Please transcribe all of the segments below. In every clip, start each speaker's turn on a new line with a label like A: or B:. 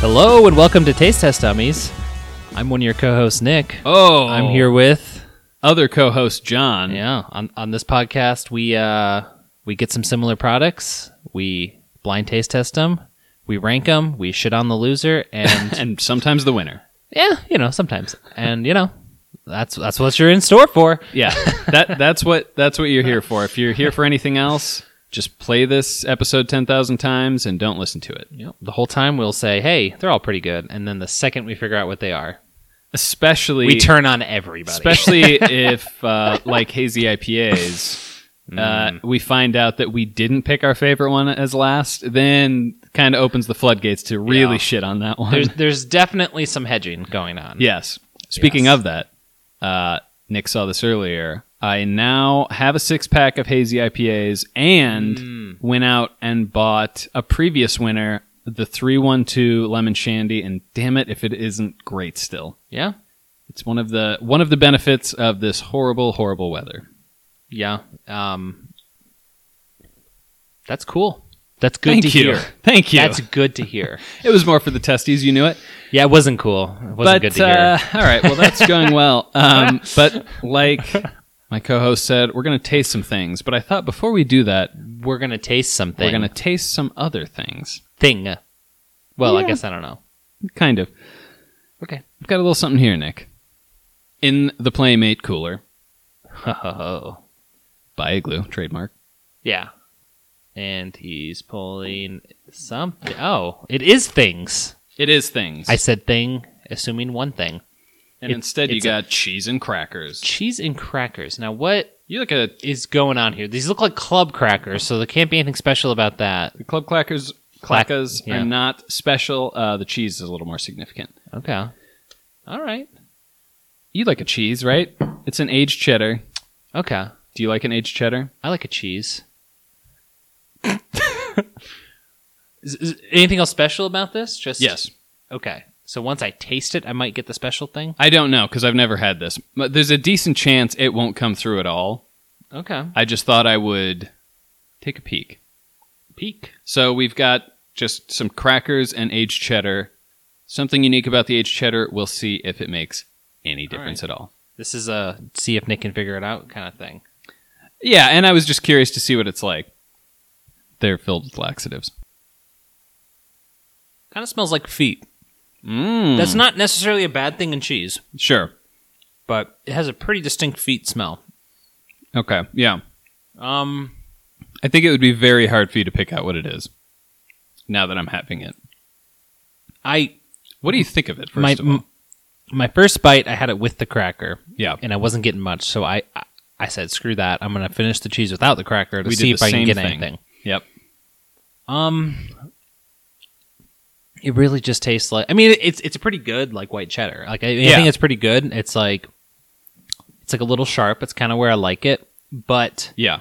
A: Hello and welcome to Taste Test Dummies. I'm one of your co-hosts, Nick.
B: Oh, Hmm.
A: I'm here with
B: Other co-host John.
A: yeah. On on this podcast, we uh we get some similar products. We blind taste test them. We rank them. We shit on the loser, and
B: and sometimes the winner.
A: yeah, you know sometimes, and you know that's that's what you're in store for.
B: Yeah, that that's what that's what you're here for. If you're here for anything else, just play this episode ten thousand times and don't listen to it.
A: You know, the whole time we'll say, "Hey, they're all pretty good," and then the second we figure out what they are,
B: Especially,
A: we turn on everybody.
B: especially if uh, like hazy IPAs,
A: Mm.
B: uh, we find out that we didn't pick our favorite one as last. Then kind of opens the floodgates to really
A: Yeah.
B: shit on that one.
A: there's there's definitely some hedging going on.
B: Yes. Speaking
A: Yes.
B: of that, uh, Nick saw this earlier. I now have a six pack of hazy IPAs and
A: Mm.
B: went out and bought a previous winner, the 312 Lemon Shandy, and damn it if it isn't great still.
A: yeah,
B: It's one of the one of the benefits of this horrible, horrible weather.
A: yeah. Um, that's cool. That's good
B: Thank
A: to
B: you.
A: hear.
B: Thank you.
A: That's good to hear.
B: it was more for the testes, you knew it.
A: Yeah, it wasn't cool. It wasn't
B: but
A: good to hear.
B: Uh, all right, well that's going well. Um, but like my co-host said, we're going to taste some things. But I thought before we do that,
A: We're gonna taste something.
B: We're going to taste some other things.
A: thing. Well, I
B: Yeah.
A: guess I don't know.
B: Kind of.
A: Okay.
B: I've got a little something here, Nick. In the Playmate cooler by Igloo, trademark.
A: yeah. And he's pulling something. Oh, it is things.
B: It is things.
A: I said thing, assuming one thing:
B: and
A: it-
B: instead, you
A: it's a-
B: got cheese and crackers.
A: cheese and crackers. Now, what
B: You look at
A: is going on here? These look like club crackers, so there can't be anything special about that.
B: the club clackers.
A: Clack-
B: Clackas
A: yeah.
B: are not special. Uh, the cheese is a little more significant.
A: Okay. All right.
B: You like a cheese, right? It's an aged cheddar.
A: Okay.
B: Do you like an aged cheddar?
A: I like a cheese. is, is anything else special about this? Just
B: Yes.
A: Okay. So once I taste it, I might get the special thing.
B: I don't know because I've never had this. But there's a decent chance it won't come through at all.
A: Okay.
B: I just thought I would take a peek.
A: Peak.
B: So we've got just some crackers and aged cheddar. Something unique about the aged cheddar. We'll see if it makes any difference at all.
A: This is a see if Nick can figure it out kind of thing.
B: Yeah, and I was just curious to see what it's like. They're filled with laxatives.
A: Kind of smells like feet.
B: Mm.
A: That's not necessarily a bad thing in cheese,
B: sure.
A: but it has a pretty distinct feet smell.
B: Okay. Yeah.
A: Um.
B: I think it would be very hard for you to pick out what it is. Now that I'm having it,
A: I
B: what do you think of it? First
A: my
B: of all,
A: m- my first bite, I had it with the cracker.
B: yeah,
A: and I wasn't getting much, so I I- I said, "Screw that! I'm gonna finish the cheese without the cracker to
B: We did
A: see
B: the
A: if I can
B: same
A: get
B: thing.
A: anything."
B: yep.
A: Um, it really just tastes like. I mean, it's it's a pretty good like white cheddar. Like I, I
B: Yeah.
A: think it's pretty good. It's like it's like a little sharp. It's kind of where I like it, but
B: Yeah,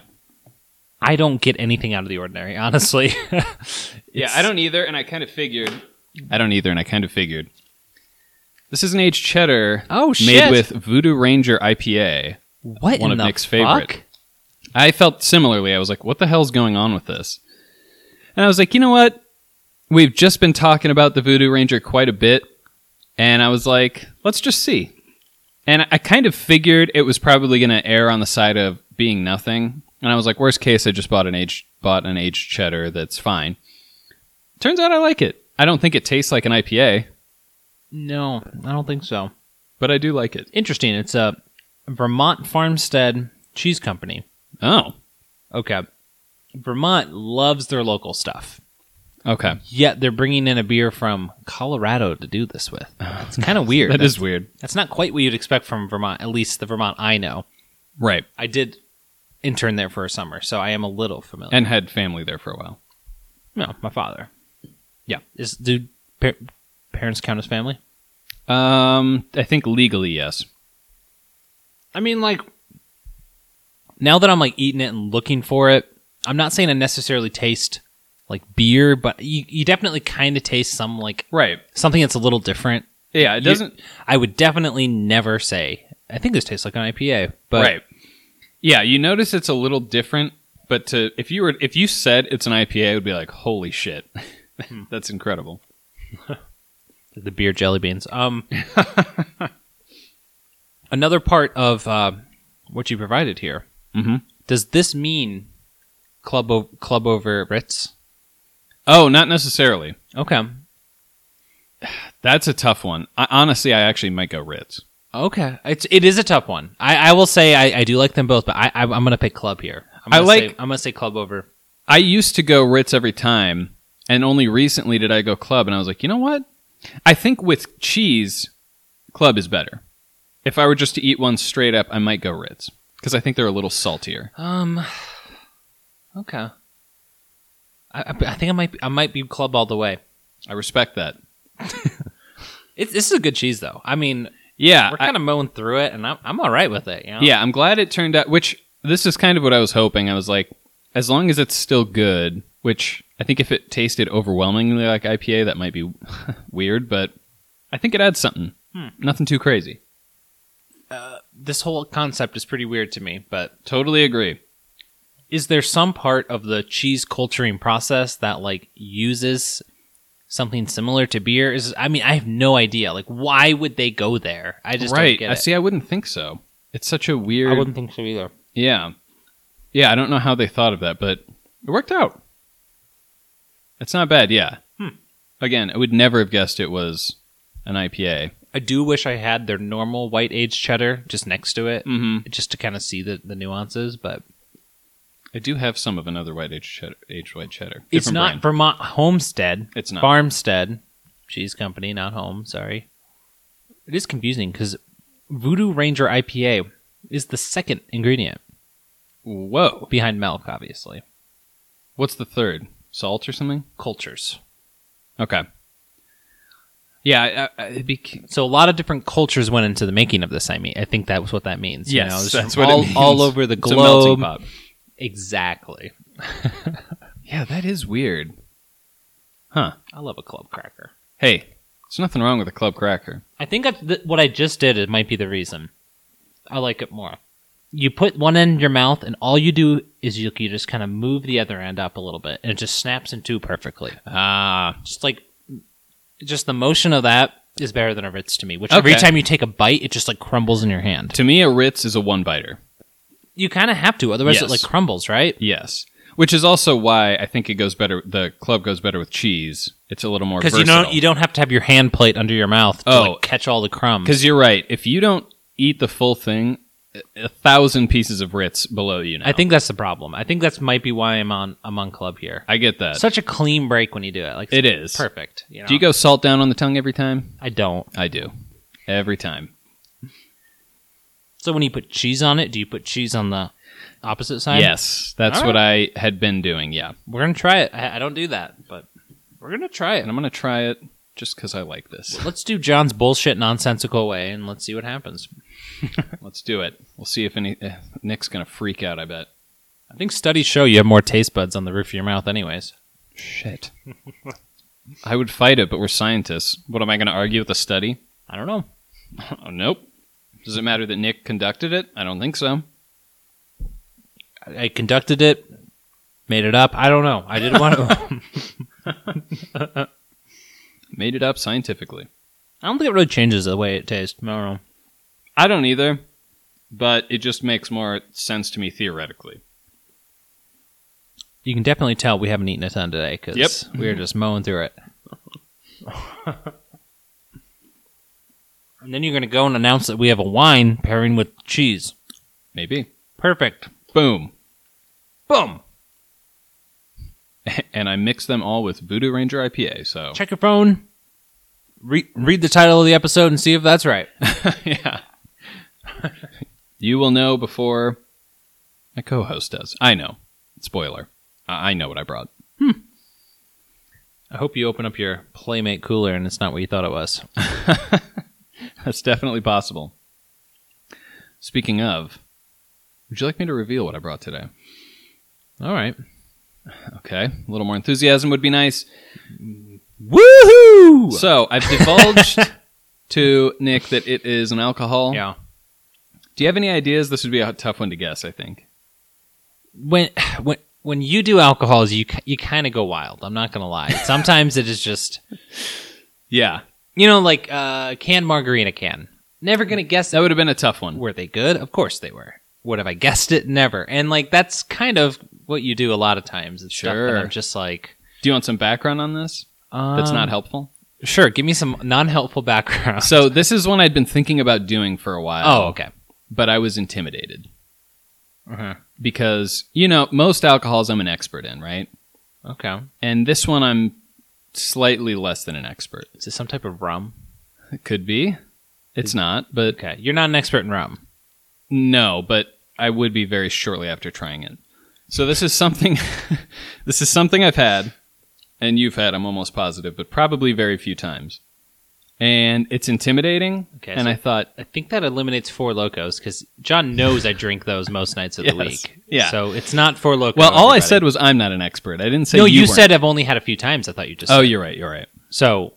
A: I don't get anything out of the ordinary, honestly.
B: yeah. I don't either, and I kind of figured. I don't either, and I kind of figured. This is an aged cheddar
A: Oh
B: made with Voodoo Ranger IPA.
A: what
B: one
A: in
B: of
A: the
B: Nick's
A: fuck?
B: favorite. I felt similarly. I was like, what the hell's going on with this? And I was like, you know what? We've just been talking about the Voodoo Ranger quite a bit. And I was like, let's just see. And I- I kind of figured it was probably going to err on the side of being nothing. And I was like, worst case, I just bought an aged, bought an aged cheddar that's fine. Turns out I like it. I don't think it tastes like an IPA,
A: No, I don't think so.
B: but I do like it.
A: Interesting. It's a Vermont Farmstead Cheese Company.
B: Oh,
A: Okay. Vermont loves their local stuff.
B: okay.
A: Yet they're bringing in a beer from Colorado to do this with. It's kind of weird.
B: That is weird.
A: That's not quite what you'd expect from Vermont, at least the Vermont I know.
B: Right.
A: I did intern there for a summer, so I am a little familiar.
B: And had family there for a while.
A: no, my father.
B: Yeah.
A: Is do par- parents count as family?
B: Um, I think legally, yes.
A: I mean like now that I'm like eating it and looking for it, I'm not saying I necessarily taste like beer, but you, you definitely kind of taste some like
B: Right.
A: something that's a little different.
B: Yeah, it
A: You-
B: doesn't.
A: I would definitely never say. I think this tastes like an IPA, but
B: right. Yeah, you notice it's a little different, but to if you were
A: Hmm.
B: if you said it's an IPA, it would be like, holy shit, that's incredible.
A: the beer jelly beans. Um, another part of uh, what you provided here.
B: Mm-hmm.
A: Does this mean club o- club over Ritz?
B: Oh, not necessarily.
A: Okay.
B: That's a tough one. I, honestly, I actually might go Ritz.
A: Okay. It's it is a tough one. I, I will say I, I do like them both, but I, I I'm gonna pick club here. I'm
B: I
A: gonna
B: like-
A: say, I'm gonna say club over.
B: I used to go Ritz every time, and only recently did I go Club, and I was like, you know what? I think with cheese, Club is better. If I were just to eat one straight up, I might go Ritz because I think they're a little saltier.
A: Um. Okay. I, I I think I might be- I might be club all the way.
B: I respect that.
A: It's this is a good cheese though. I mean,
B: Yeah,
A: we're
B: I-
A: kind of mowing through it, and I'm I'm all right with it. You know?
B: yeah. I'm glad it turned out. Which this is kind of what I was hoping. I was like, as long as it's still good. Which I think if it tasted overwhelmingly like IPA, that might be weird, but I think it adds something.
A: Hmm.
B: Nothing too crazy.
A: This whole concept is pretty weird to me, but
B: Totally agree.
A: is there some part of the cheese culturing process that like uses something similar to beer? Is I mean, I have no idea. Like, why would they go there? I just
B: right.
A: Don't get
B: I
A: it.
B: see. I wouldn't think so. It's such a weird.
A: I wouldn't think so either.
B: Yeah, yeah. I don't know how they thought of that, but it worked out. It's not bad. Yeah.
A: Hmm.
B: Again, I would never have guessed it was an IPA.
A: I do wish I had their normal white aged cheddar just next to it,
B: Mm-hmm.
A: just to kind of see the, the nuances. But
B: I do have some of another white aged cheddar. Aged white cheddar.
A: it's
B: Different
A: not
B: brand.
A: Vermont Homestead.
B: It's not.
A: Farmstead Cheese Company, not home. Sorry. It is confusing because Voodoo Ranger IPA is the second ingredient
B: Whoa.
A: behind milk, obviously.
B: What's the third? Salt or something?
A: Cultures.
B: Okay. Yeah. I, I, it'd be. c-
A: So a lot of different cultures went into the making of this. I mean, I think that was what that means. you
B: Yes,
A: know, it's
B: that's
A: from
B: what it
A: all,
B: means.
A: all over the
B: It's a melting
A: globe.
B: pot.
A: Exactly.
B: Yeah, that is weird.
A: I love a club cracker.
B: Hey, there's nothing wrong with a club cracker.
A: I think that's th- what I just did. It might be the reason. I like it more. You put one end in your mouth, and all you do is you, you just kind of move the other end up a little bit, and it just snaps in two perfectly.
B: Ah,
A: Just like, just the motion of that is better than a Ritz to me. Which every
B: Okay.
A: time you take a bite, it just like crumbles in your hand.
B: To me, a Ritz is a one biter.
A: You kind of have to, otherwise it
B: Yes.
A: like crumbles, right?
B: Yes. Which is also why I think it goes better. The club goes better with cheese. It's a little more
A: Because
B: versatile.
A: you don't you don't have to have your hand plate under your mouth to
B: Oh.
A: like catch all the crumbs.
B: Because you're right. If you don't eat the full thing, a- a thousand pieces of Ritz below you. Now.
A: I think that's the problem. I think that's might be why I'm on I'm on club here.
B: I get that.
A: Such a clean break when you do it. Like
B: it is.
A: perfect. You know?
B: Do you go salt down on the tongue every time?
A: I don't.
B: I do. Every time.
A: So when you put cheese on it, do you put cheese on the opposite side?
B: yes, that's
A: All
B: what I had been doing. Yeah,
A: We're gonna try it. I, I don't do that, but we're gonna try
B: and
A: it.
B: I'm gonna try it just because I like this.
A: Let's do John's bullshit nonsensical way, and let's see what happens.
B: Let's do it. We'll see if any eh, Nick's gonna freak out. I bet.
A: I think studies show you have more taste buds on the roof of your mouth, anyways.
B: Shit. I would fight it, but we're scientists. What am I going to argue with a study?
A: I don't know.
B: Oh, nope. Does it matter that Nick conducted it? I don't think so.
A: I, I conducted it, made it up. I don't know. I didn't want to.
B: Made it up scientifically.
A: I don't think it really changes the way it tastes. I don't know.
B: I don't either, but it just makes more sense to me theoretically.
A: You can definitely tell we haven't eaten a ton today because
B: Yep.
A: we are just mowing through it. and then you're going to go and announce that we have a wine pairing with cheese.
B: Maybe.
A: Perfect.
B: Boom.
A: Boom.
B: And I mixed them all with Voodoo Ranger IPA, so.
A: Check your phone. Re- read the title of the episode and see if that's right.
B: yeah. you will know before my co host does. I know. Spoiler. I I know what I brought.
A: I hope you open up your Playmate cooler and it's not what you thought it was.
B: That's definitely possible. Speaking of, would you like me to reveal what I brought today?
A: All right.
B: Okay, a little more enthusiasm would be nice.
A: Woohoo!
B: So I've divulged to Nick that it is an alcohol.
A: yeah.
B: Do you have any ideas? This would be a tough one to guess. I think.
A: When when when you do alcohols, you ki- you kind of go wild. I'm not going to lie. Sometimes it is just
B: Yeah,
A: You know, like uh, canned margarita can. Never gonna guess
B: That would have been a tough one.
A: were they good? Of course they were. Would have I guessed it? Never. And like that's kind of what you do a lot of times. It's Stuff
B: Sure.
A: that I'm just like
B: Do you want some background on this? That's
A: um,
B: not helpful.
A: Sure, give me some non-helpful background.
B: So this is one I'd been thinking about doing for a while.
A: oh, okay.
B: but I was intimidated
A: Uh-huh.
B: because you know most alcohols I'm an expert in, right?
A: Okay.
B: And this one I'm slightly less than an expert.
A: Is this some type of rum?
B: It could be. It's not, but
A: Okay. You're not an expert in rum.
B: no, but I would be very shortly after trying it. So this is something this is something I've had and you've had, I'm almost positive, but probably very few times. And it's intimidating.
A: Okay,
B: and
A: so-
B: I thought
A: I think that eliminates Four Locos because John knows I drink those most nights of the
B: Yes.
A: week.
B: Yeah.
A: So it's not Four Locos.
B: well, all I
A: everybody.
B: said was I'm not an expert. I didn't say
A: no, you,
B: weren't.
A: said I've only had a few times. I thought you just.
B: Oh,
A: said.
B: you're right, you're right.
A: So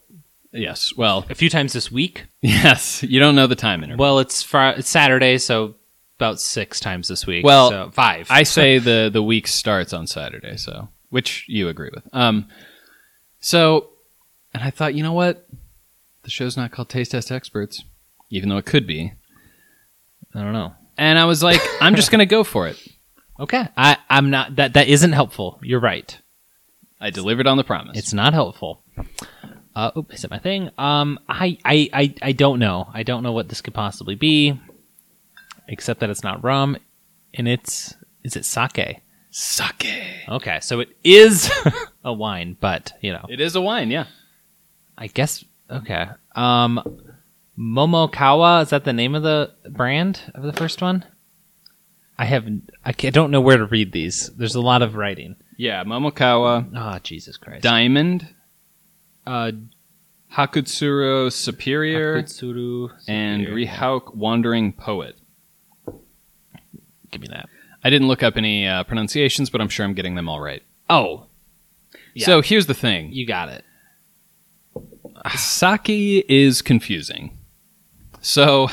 B: Yes. Well,
A: a few times this week.
B: yes, you don't know the time interval.
A: Well, it's fr- it's Saturday, so about six times this week.
B: Well,
A: so five.
B: I say the the week starts on Saturday, so which you agree with. Um, so, and I thought, you know what, the show's not called Taste Test Experts, even though it could be.
A: I don't know.
B: And I was like, I'm just gonna go for it.
A: Okay, I I'm not that that isn't helpful. You're right.
B: I delivered on the promise.
A: It's not helpful. Uh, oop, is it my thing? Um, I, I, I, I don't know. I don't know what this could possibly be, except that it's not rum, and it's is it sake?
B: sake.
A: Okay, so it is a wine, but you know,
B: It is a wine, yeah.
A: I guess okay. Um, Momokawa is that the name of the brand of the first one? I have I, can't- I don't know where to read these. There's a lot of writing.
B: Yeah, Momokawa
A: Ah, Jesus Christ.
B: Diamond,
A: uh,
B: Hakutsuro Superior,
A: Hakutsuru
B: and
A: Superior.
B: Rihauk Wandering Poet.
A: Give me that.
B: I didn't look up any uh, pronunciations, but I'm sure I'm getting them all right.
A: Oh, Yeah.
B: So here's the thing.
A: You got it.
B: Sake is confusing. So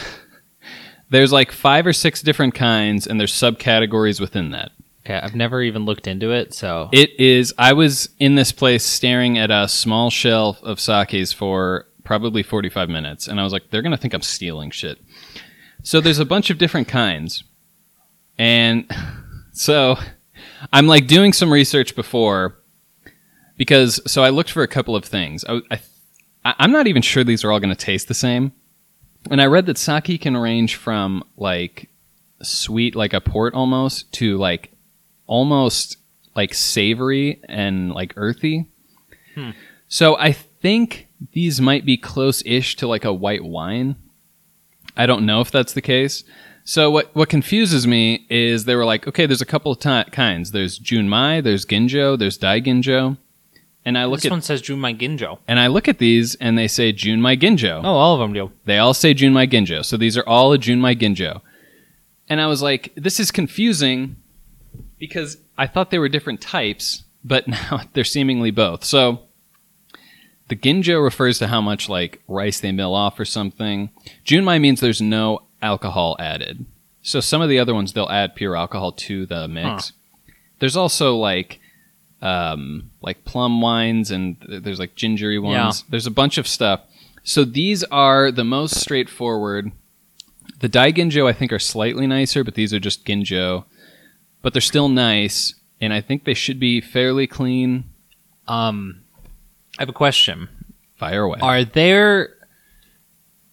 B: there's like five or six different kinds, and there's subcategories within that.
A: Okay, I've never even looked into it, so
B: It is, I was in this place staring at a small shelf of sakes for probably 45 minutes, and I was like, they're going to think I'm stealing shit. So there's a bunch of different kinds. And so I'm like doing some research before because, so I looked for a couple of things. I, I, I- I'm not even sure these are all going to taste the same. And I read that sake can range from like sweet, like a port almost, to like almost like savory and like earthy.
A: Hmm.
B: So I think these might be close-ish to like a white wine. I don't know if that's the case. So what what confuses me is they were like, okay, there's a couple of ti kinds. There's Junmai, there's Ginjo, there's Daiginjo, and I look
A: this
B: at
A: one says Junmai Ginjo.
B: and I look at these and they say Junmai Ginjo.
A: Oh, all of them do.
B: They all say Junmai Ginjo. So these are all a Junmai Ginjo. And I was like, this is confusing because I thought they were different types, but now they're seemingly both. So the Ginjo refers to how much like rice they mill off or something. Junmai means there's no alcohol added. So some of the other ones they'll add pure alcohol to the mix. There's also like um like plum wines and th- there's like gingery ones. There's a bunch of stuff. So these are the most straightforward. The Dai Ginjo, I think, are slightly nicer, but these are just Ginjo. But they're still nice, and I think they should be fairly clean.
A: Um, I have a question.
B: Fire away.
A: Are there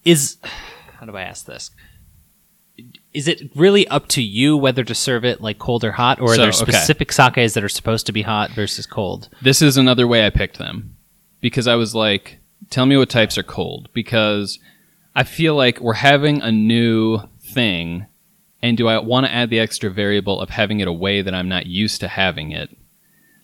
A: is how do I ask this? Is it really up to you whether to serve it like cold or hot, or are
B: So,
A: there
B: okay.
A: specific sakes that are supposed to be hot versus cold?
B: This is another way I picked them because I was like, tell me what types are cold because I feel like we're having a new thing, and do I want to add the extra variable of having it a way that I'm not used to having it?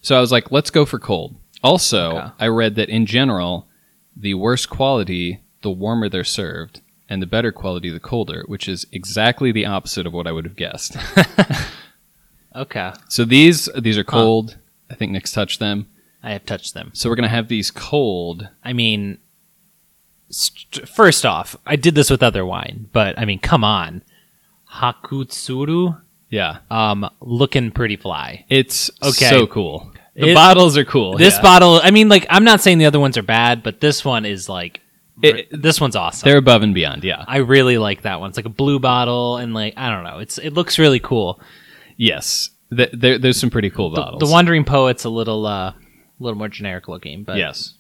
B: So I was like, let's go for cold. Also,
A: Okay.
B: I read that in general, the worse quality, the warmer they're served, and the better quality, the colder, which is exactly the opposite of what I would have guessed.
A: Okay,
B: so these these are cold. I think Nick's touched them.
A: I have touched them.
B: So we're gonna have these cold.
A: I mean, st- first off, I did this with other wine, but I mean, come on, Hakutsuru,
B: Yeah,
A: um, looking pretty fly.
B: it's
A: Okay.
B: so cool. The
A: It-
B: bottles are cool.
A: This
B: yeah.
A: bottle, I mean, like, I'm not saying the other ones are bad, but this one is like
B: It-
A: this one's awesome.
B: They're above and beyond. Yeah.
A: I really like that one. It's like a blue bottle, and like I don't know. It's it looks really cool.
B: Yes. Th- there, there's some pretty cool
A: The,
B: bottles.
A: the Wandering Poet's a little uh, a little more generic looking, but
B: Yes.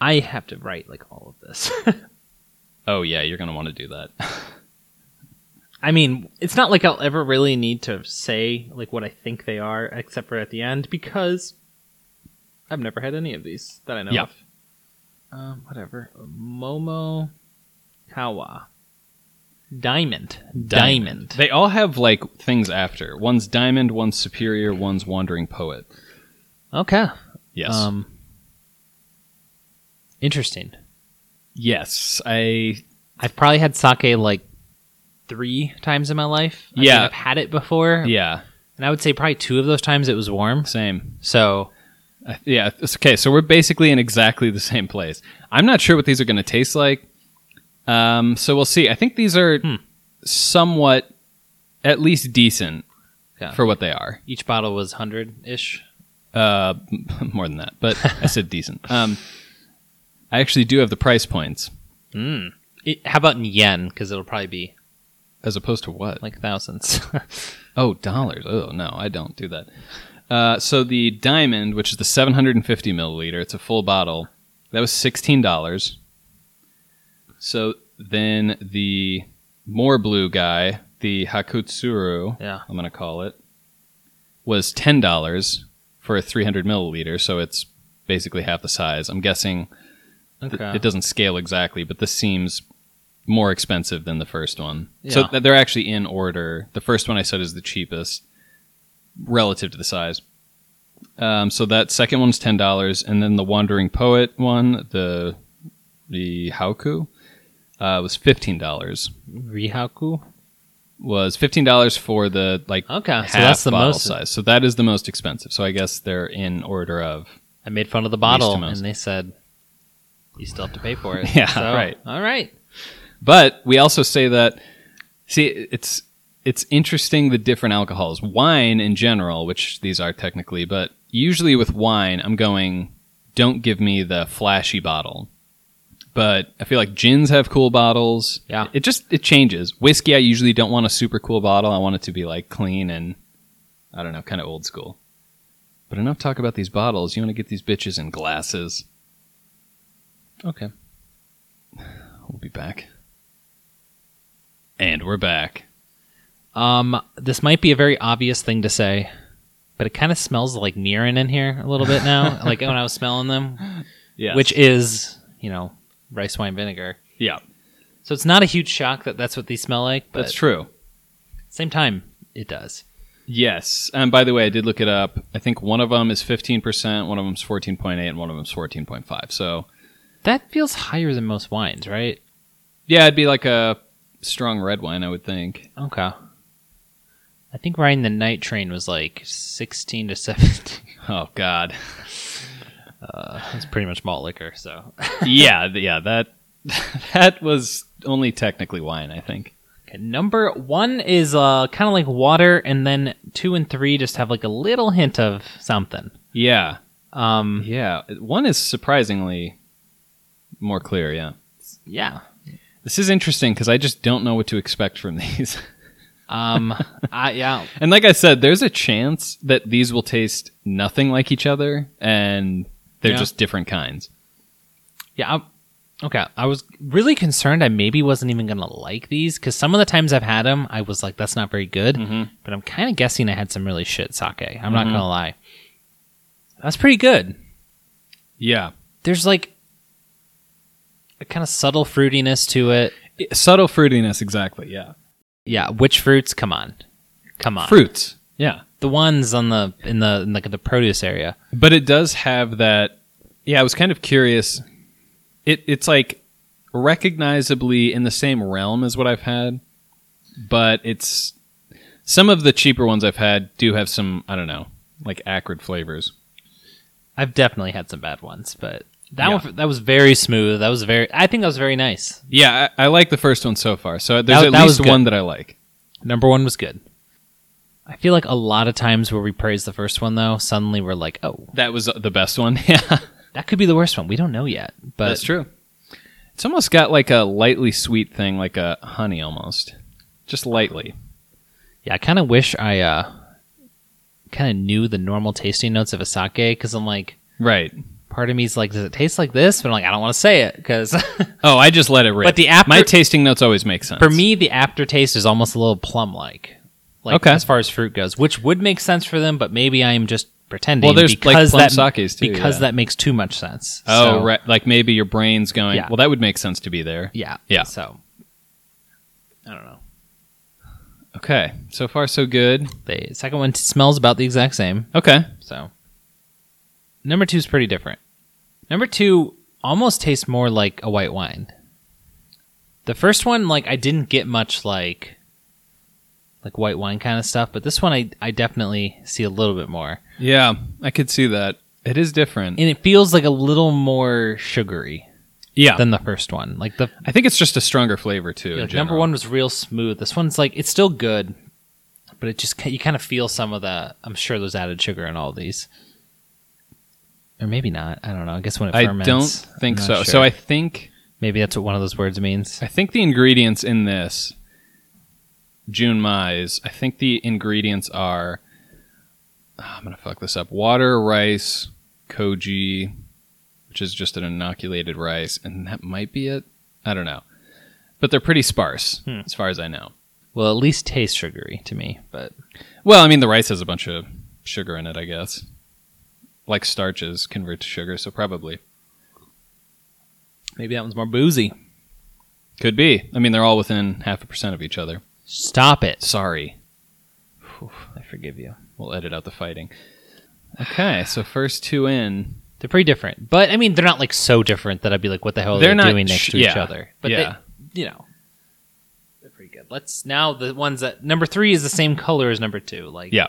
A: I have to write like all of this.
B: Oh yeah, you're gonna want to do that.
A: I mean, it's not like I'll ever really need to say like what I think they are, except for at the end, because I've never had any of these that I know
B: Yeah.
A: of. Um, whatever. Momo Kawa. Diamond. Diamond.
B: They all have like things after. One's diamond. One's superior. One's wandering poet.
A: Okay.
B: Yes.
A: Um Interesting.
B: yes. I
A: I've probably had sake like three times in my life. I
B: Yeah.
A: Mean, I've had it before.
B: yeah.
A: And I would say probably two of those times it was warm.
B: Same.
A: So
B: I- Yeah. it's- Okay. So we're basically in exactly the same place. I'm not sure what these are gonna taste like. Um. So we'll see. I think these are
A: Hmm.
B: somewhat, at least decent
A: Yeah.
B: for what they are.
A: each bottle was 100 ish.
B: Uh, more than that, but I said decent. Um, I actually do have the price points
A: Mm. It, how about in yen? Because it'll probably be
B: as opposed to what?
A: like thousands.
B: oh, dollars. Oh no, I don't do that. Uh, so the diamond, which is the 750 milliliter, it's a full bottle. That was sixteen dollars. So then the more blue guy, the Hakutsuru,
A: yeah.
B: I'm gonna call it, was ten dollars for a 300 milliliter. So it's basically half the size. I'm guessing Th-
A: Okay.
B: It doesn't scale exactly, but this seems more expensive than the first one. So
A: Yeah.
B: th- they're actually in order. The first one I said is the cheapest relative to the size. Um, so that second one's ten dollars, and then the Wandering Poet one, the the Hauku, uh, was fifteen dollars.
A: Rihaku.
B: Was fifteen dollars for the like
A: Okay.
B: half
A: So that's the
B: bottle
A: most.
B: size. So that is the most expensive. So I guess they're in order of
A: I made fun of the bottle,
B: most.
A: and they said you still have to pay for it.
B: Yeah,
A: So,
B: right.
A: All right.
B: But we also say that see it's it's interesting the different alcohols. Wine in general, which these are technically, but usually with wine I'm going don't give me the flashy bottle. But I feel like gins have cool bottles.
A: Yeah.
B: It just it changes. Whiskey I usually don't want a super cool bottle. I want it to be like clean and I don't know, kind of old school. But enough talk about these bottles. You want to get these bitches in glasses. Okay. We'll be back. And we're back.
A: Um, this might be a very obvious thing to say, but it kind of smells like urine in here a little bit now. like when I was smelling them,
B: Yeah.
A: which is you know rice wine vinegar.
B: yeah,
A: So it's not a huge shock that that's what these smell like, but
B: that's true.
A: same time it does.
B: Yes. And by the way, I did look it up. I think one of them is 15%, one of them's 14.8, and one of them's 14.5. So,
A: That feels higher than most wines, right?
B: yeah, it'd be like a strong red wine, I would think.
A: Okay. I think riding the night train was like 16 to 17.
B: Oh god.
A: That's pretty much malt liquor, so.
B: yeah, th- yeah, that that was only technically wine, I think.
A: Okay, number one is uh, kind of like water, and then two and three just have like a little hint of something.
B: Yeah.
A: Um,
B: Yeah, one is surprisingly more clear, yeah.
A: yeah.
B: This is interesting cuz I just don't know what to expect from these.
A: Um, I, yeah.
B: And like I said, there's a chance that these will taste nothing like each other and they're
A: Yeah.
B: just different kinds.
A: Yeah. I, okay. I was really concerned I maybe wasn't even going to like these because some of the times I've had them, I was like, that's not very good.
B: Mhm.
A: But I'm kind of guessing I had some really shit sake. I'm not going to lie. That's pretty good.
B: Yeah.
A: there's like a kind of subtle fruitiness to it.
B: Subtle fruitiness, exactly. Yeah.
A: Yeah, which fruits? Come on, come on.
B: Fruits. Yeah.
A: The ones on the in the in like the produce area.
B: But it does have that. Yeah, I was kind of curious. It It's like recognizably in the same realm as what I've had, but it's. Some of the cheaper ones I've had do have some, I don't know, like acrid flavors.
A: I've definitely had some bad ones, but that
B: Yeah.
A: one that was very smooth. That was very. I think that was very nice.
B: Yeah, I, I like the first one so far. So there's
A: That-
B: at
A: that was
B: least
A: good.
B: one that I like.
A: Number one was good. I feel like a lot of times where we praise the first one though, suddenly we're like, oh,
B: That was the best one. Yeah.
A: that could be the worst one. We don't know yet, but
B: true. It's almost got like a lightly sweet thing, like a honey almost. Just lightly.
A: Yeah, I kind of wish I uh, kind of knew the normal tasting notes of a sake because I'm like,
B: Right.
A: part of me's like, does it taste like this? But I'm like, I don't want to say it because
B: Oh, I just let it rip.
A: But the after-
B: My tasting notes always make sense.
A: for me, the aftertaste is almost a little plum like. Like
B: Okay.
A: as far as fruit goes, which would make sense for them, but maybe I am just pretending.
B: Well, there's, like,
A: because
B: plum
A: that
B: sakes, too,
A: because
B: yeah.
A: that makes too much sense.
B: Oh,
A: So,
B: right. Like maybe your brain's going,
A: Yeah.
B: well, that would make sense to be there.
A: yeah,
B: Yeah.
A: So I don't know.
B: Okay. So far, so good.
A: The second one t- smells about the exact same.
B: Okay.
A: So number two is pretty different. Number two almost tastes more like a white wine. The first one, like I didn't get much like like white wine kind of stuff, but this one I, I definitely see a little bit more.
B: Yeah, I could see that. It is different.
A: And it feels like a little more sugary
B: Yeah.
A: than the first one. Like the
B: I think it's just a stronger flavor, too. in
A: like,
B: general.
A: number one was real smooth. This one's like it's still good, but it just ki- you kind of feel some of the. I'm sure there's added sugar in all these, or maybe not. I don't know. I guess when it
B: I
A: ferments,
B: don't think
A: I'm
B: so.
A: not sure.
B: So I think
A: maybe that's what one of those words means.
B: I think the ingredients in this June Mai's, I think the ingredients are ah, I'm going to fuck this up. Water, rice, koji, which is just an inoculated rice, and that might be it. I don't know. But they're pretty sparse
A: Hmm.
B: as far as I know.
A: Well, at least tastes sugary to me, but
B: Well, I mean the rice has a bunch of sugar in it, I guess. Like starches convert to sugar, so probably
A: maybe that one's more boozy.
B: could be. I mean they're all within half a percent of each other.
A: Stop it!
B: Sorry.
A: I forgive you.
B: We'll edit out the fighting. Okay, so first two in.
A: They're pretty different, but I mean, they're not like so different that I'd be like, "What the hell are
B: They're
A: they
B: not
A: doing next
B: sh-
A: to each
B: yeah.
A: other?" But
B: Yeah.
A: they, you know, they're pretty good. Let's now the ones that number three is the same color as number two, like
B: Yeah.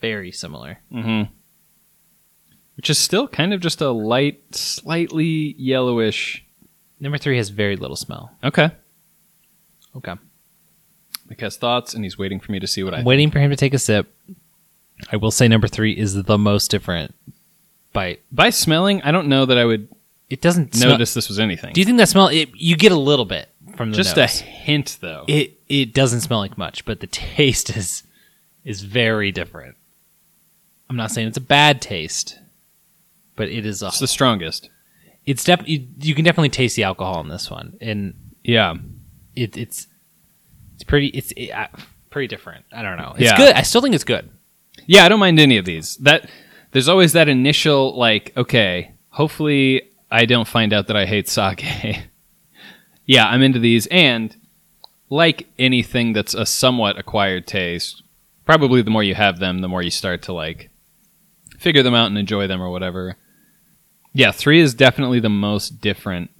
A: very similar.
B: Mm-hmm. Which is still kind of just a light, slightly yellowish.
A: Number three has very little smell.
B: Okay.
A: Okay,
B: Mick has thoughts, and he's waiting for me to see what I.
A: I'm waiting for him to take a sip. I will say number three is the most different. By
B: By smelling, I don't know that I would
A: it doesn't smell.
B: notice this was anything.
A: Do you think that smell? It, you get a little bit from the
B: just a
A: nose.
B: hint, though.
A: it it doesn't smell like much, but the taste is is very different. I'm not saying it's a bad taste, but it is a.
B: it's the strongest.
A: It's def, you, you can definitely taste the alcohol in this one, and
B: Yeah.
A: it, it's it's pretty it's it, uh, pretty different. I don't know. It's
B: Yeah.
A: good. I still think it's good.
B: Yeah, I don't mind any of these. That there's always that initial like, okay, hopefully I don't find out that I hate sake. yeah, I'm into these and like anything that's a somewhat acquired taste, probably the more you have them, the more you start to like figure them out and enjoy them or whatever. Yeah, 3 is definitely the most different.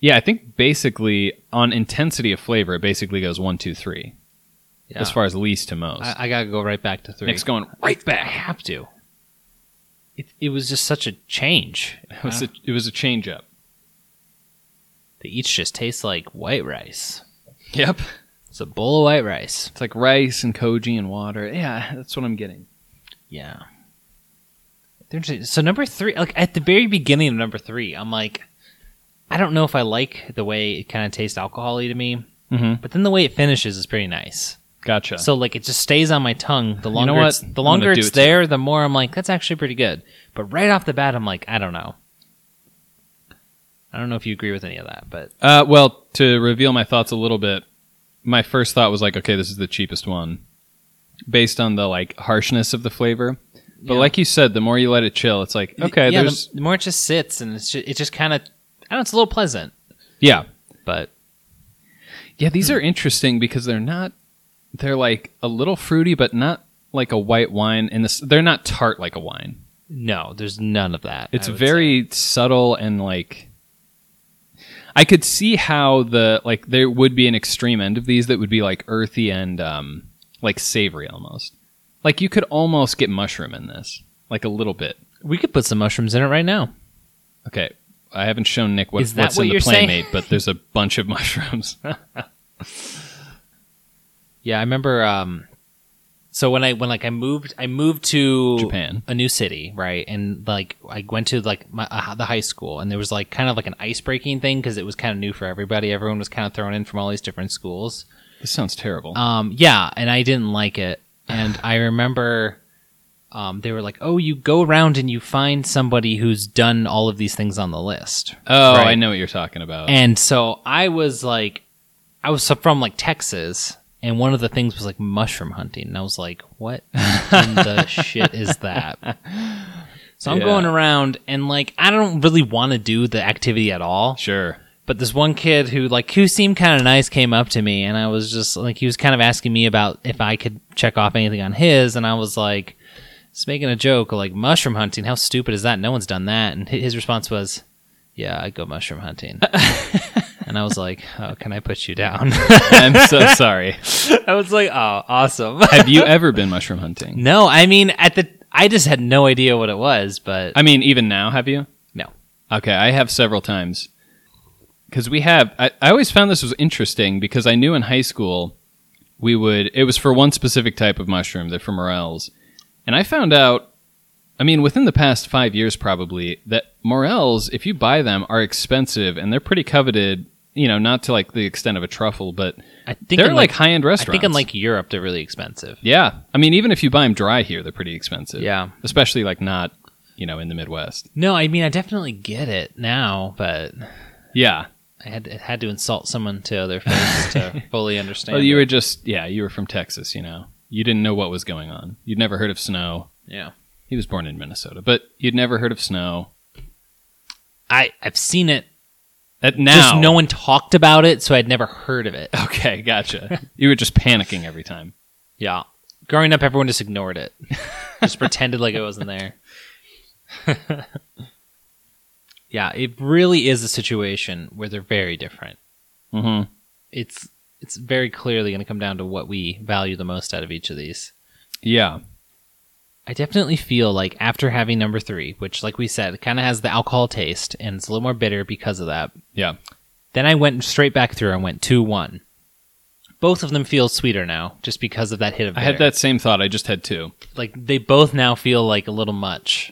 B: Yeah, I think basically on intensity of flavor, it basically goes one, two, three,
A: Yeah.
B: as far as least to most.
A: I, I gotta go right back to three.
B: Nick's going
A: right back. I have to. It, it was just such a change.
B: It was a, it was a change up.
A: They each just taste like white rice.
B: Yep.
A: It's a bowl of white rice.
B: It's like rice and koji and water. Yeah, that's what I'm getting.
A: Yeah. They're interesting. So number three, like at the very beginning of number three, I'm like, I don't know if I like the way it kind of tastes alcohol-y to me,
B: Mm-hmm.
A: but then the way it finishes is pretty nice.
B: Gotcha.
A: So like it just stays on my tongue. The
B: You
A: longer
B: know what?
A: it's,
B: I'm
A: the
B: gonna
A: longer
B: do
A: it's
B: it too.
A: there, the more I'm like, that's actually pretty good. But right off the bat, I'm like, I don't know. I don't know if you agree with any of that, but
B: uh, well, to reveal my thoughts a little bit, my first thought was like, okay, this is the cheapest one, based on the like harshness of the flavor. But
A: Yeah.
B: like you said, the more you let it chill, it's like okay,
A: yeah,
B: there's
A: the, the more it just sits and it's just, it just kind of, I don't know, it's a little pleasant,
B: yeah,
A: but
B: yeah. These are interesting because they're not, they're like a little fruity, but not like a white wine. And this, they're not tart like a wine.
A: no, there's none of that.
B: It's
A: I would
B: very subtle and like I could see how the like there would be an extreme end of these that would be like earthy and um like savory almost. Like you could almost get mushroom in this, like a little bit.
A: We could put some mushrooms in it right now.
B: Okay, I haven't shown Nick what,
A: Is that
B: what's
A: what
B: in the
A: you're saying?
B: playmate, but there's a bunch of mushrooms.
A: Yeah, I remember um, So when I when like I moved I moved to
B: Japan.
A: a new city, right? And like I went to like my, uh, the high school, and there was like kind of like an ice breaking thing because it was kind of new for everybody. Everyone was kind of thrown in from all these different schools.
B: This sounds terrible.
A: Um, yeah, and I didn't like it. And I remember um, they were like, "Oh, you go around and you find somebody who's done all of these things on the list."
B: oh,
A: right.
B: I know what you're talking about.
A: And so I was like, I was from like Texas, and one of the things was like mushroom hunting, and I was like, what in the shit is that? So I'm
B: Yeah.
A: going around, and like I don't really want to do the activity at all.
B: sure.
A: But this one kid who like who seemed kind of nice came up to me, and I was just like, he was kind of asking me about if I could check off anything on his, and I was like. Just making a joke, like mushroom hunting. How stupid is that? No one's done that. And hi- his response was, "Yeah, I go mushroom hunting." and I was like, "Oh, can I put you down?"
B: I'm so sorry.
A: I was like, "Oh, awesome."
B: Have you ever been mushroom hunting?
A: no, I mean, at the I just had no idea what it was, but
B: I mean, even now, have you?
A: no.
B: Okay, I have several times. Because we have, I, I always found this was interesting because I knew in high school we would, it was for one specific type of mushroom, they're for morels. And I found out, I mean, within the past five years probably, that morels, if you buy them, are expensive and they're pretty coveted, you know, not to like the extent of a truffle, but
A: I think
B: they're
A: in,
B: like, high end
A: I
B: restaurants.
A: think in like Europe they're really expensive.
B: yeah. I mean, even if you buy them dry here, they're pretty expensive.
A: Yeah.
B: Especially like not, you know, in the Midwest.
A: No, I mean, I definitely get it now, but
B: Yeah.
A: I had to, had to insult someone to their face to fully understand.
B: Well, you
A: it.
B: were just yeah, you were from Texas, you know. You didn't know what was going on. You'd never heard of snow.
A: yeah.
B: He was born in Minnesota, but you'd never heard of snow.
A: I I've seen it.
B: At now,
A: Just no one talked about it, so I'd never heard of it.
B: Okay, gotcha. you were just panicking every time.
A: Yeah. Growing up, everyone just ignored it, just pretended like it wasn't there. yeah, it really is a situation where they're very different.
B: hmm
A: It's it's very clearly going to come down to what we value the most out of each of these.
B: Yeah,
A: I definitely feel like after having number three, which, like we said, kind of has the alcohol taste and it's a little more bitter because of that.
B: yeah.
A: Then I went straight back through and went two one. Both of them feel sweeter now, just because of that hit of.
B: I had
A: bitter.
B: that same thought. I just had two.
A: Like they both now feel like a little much.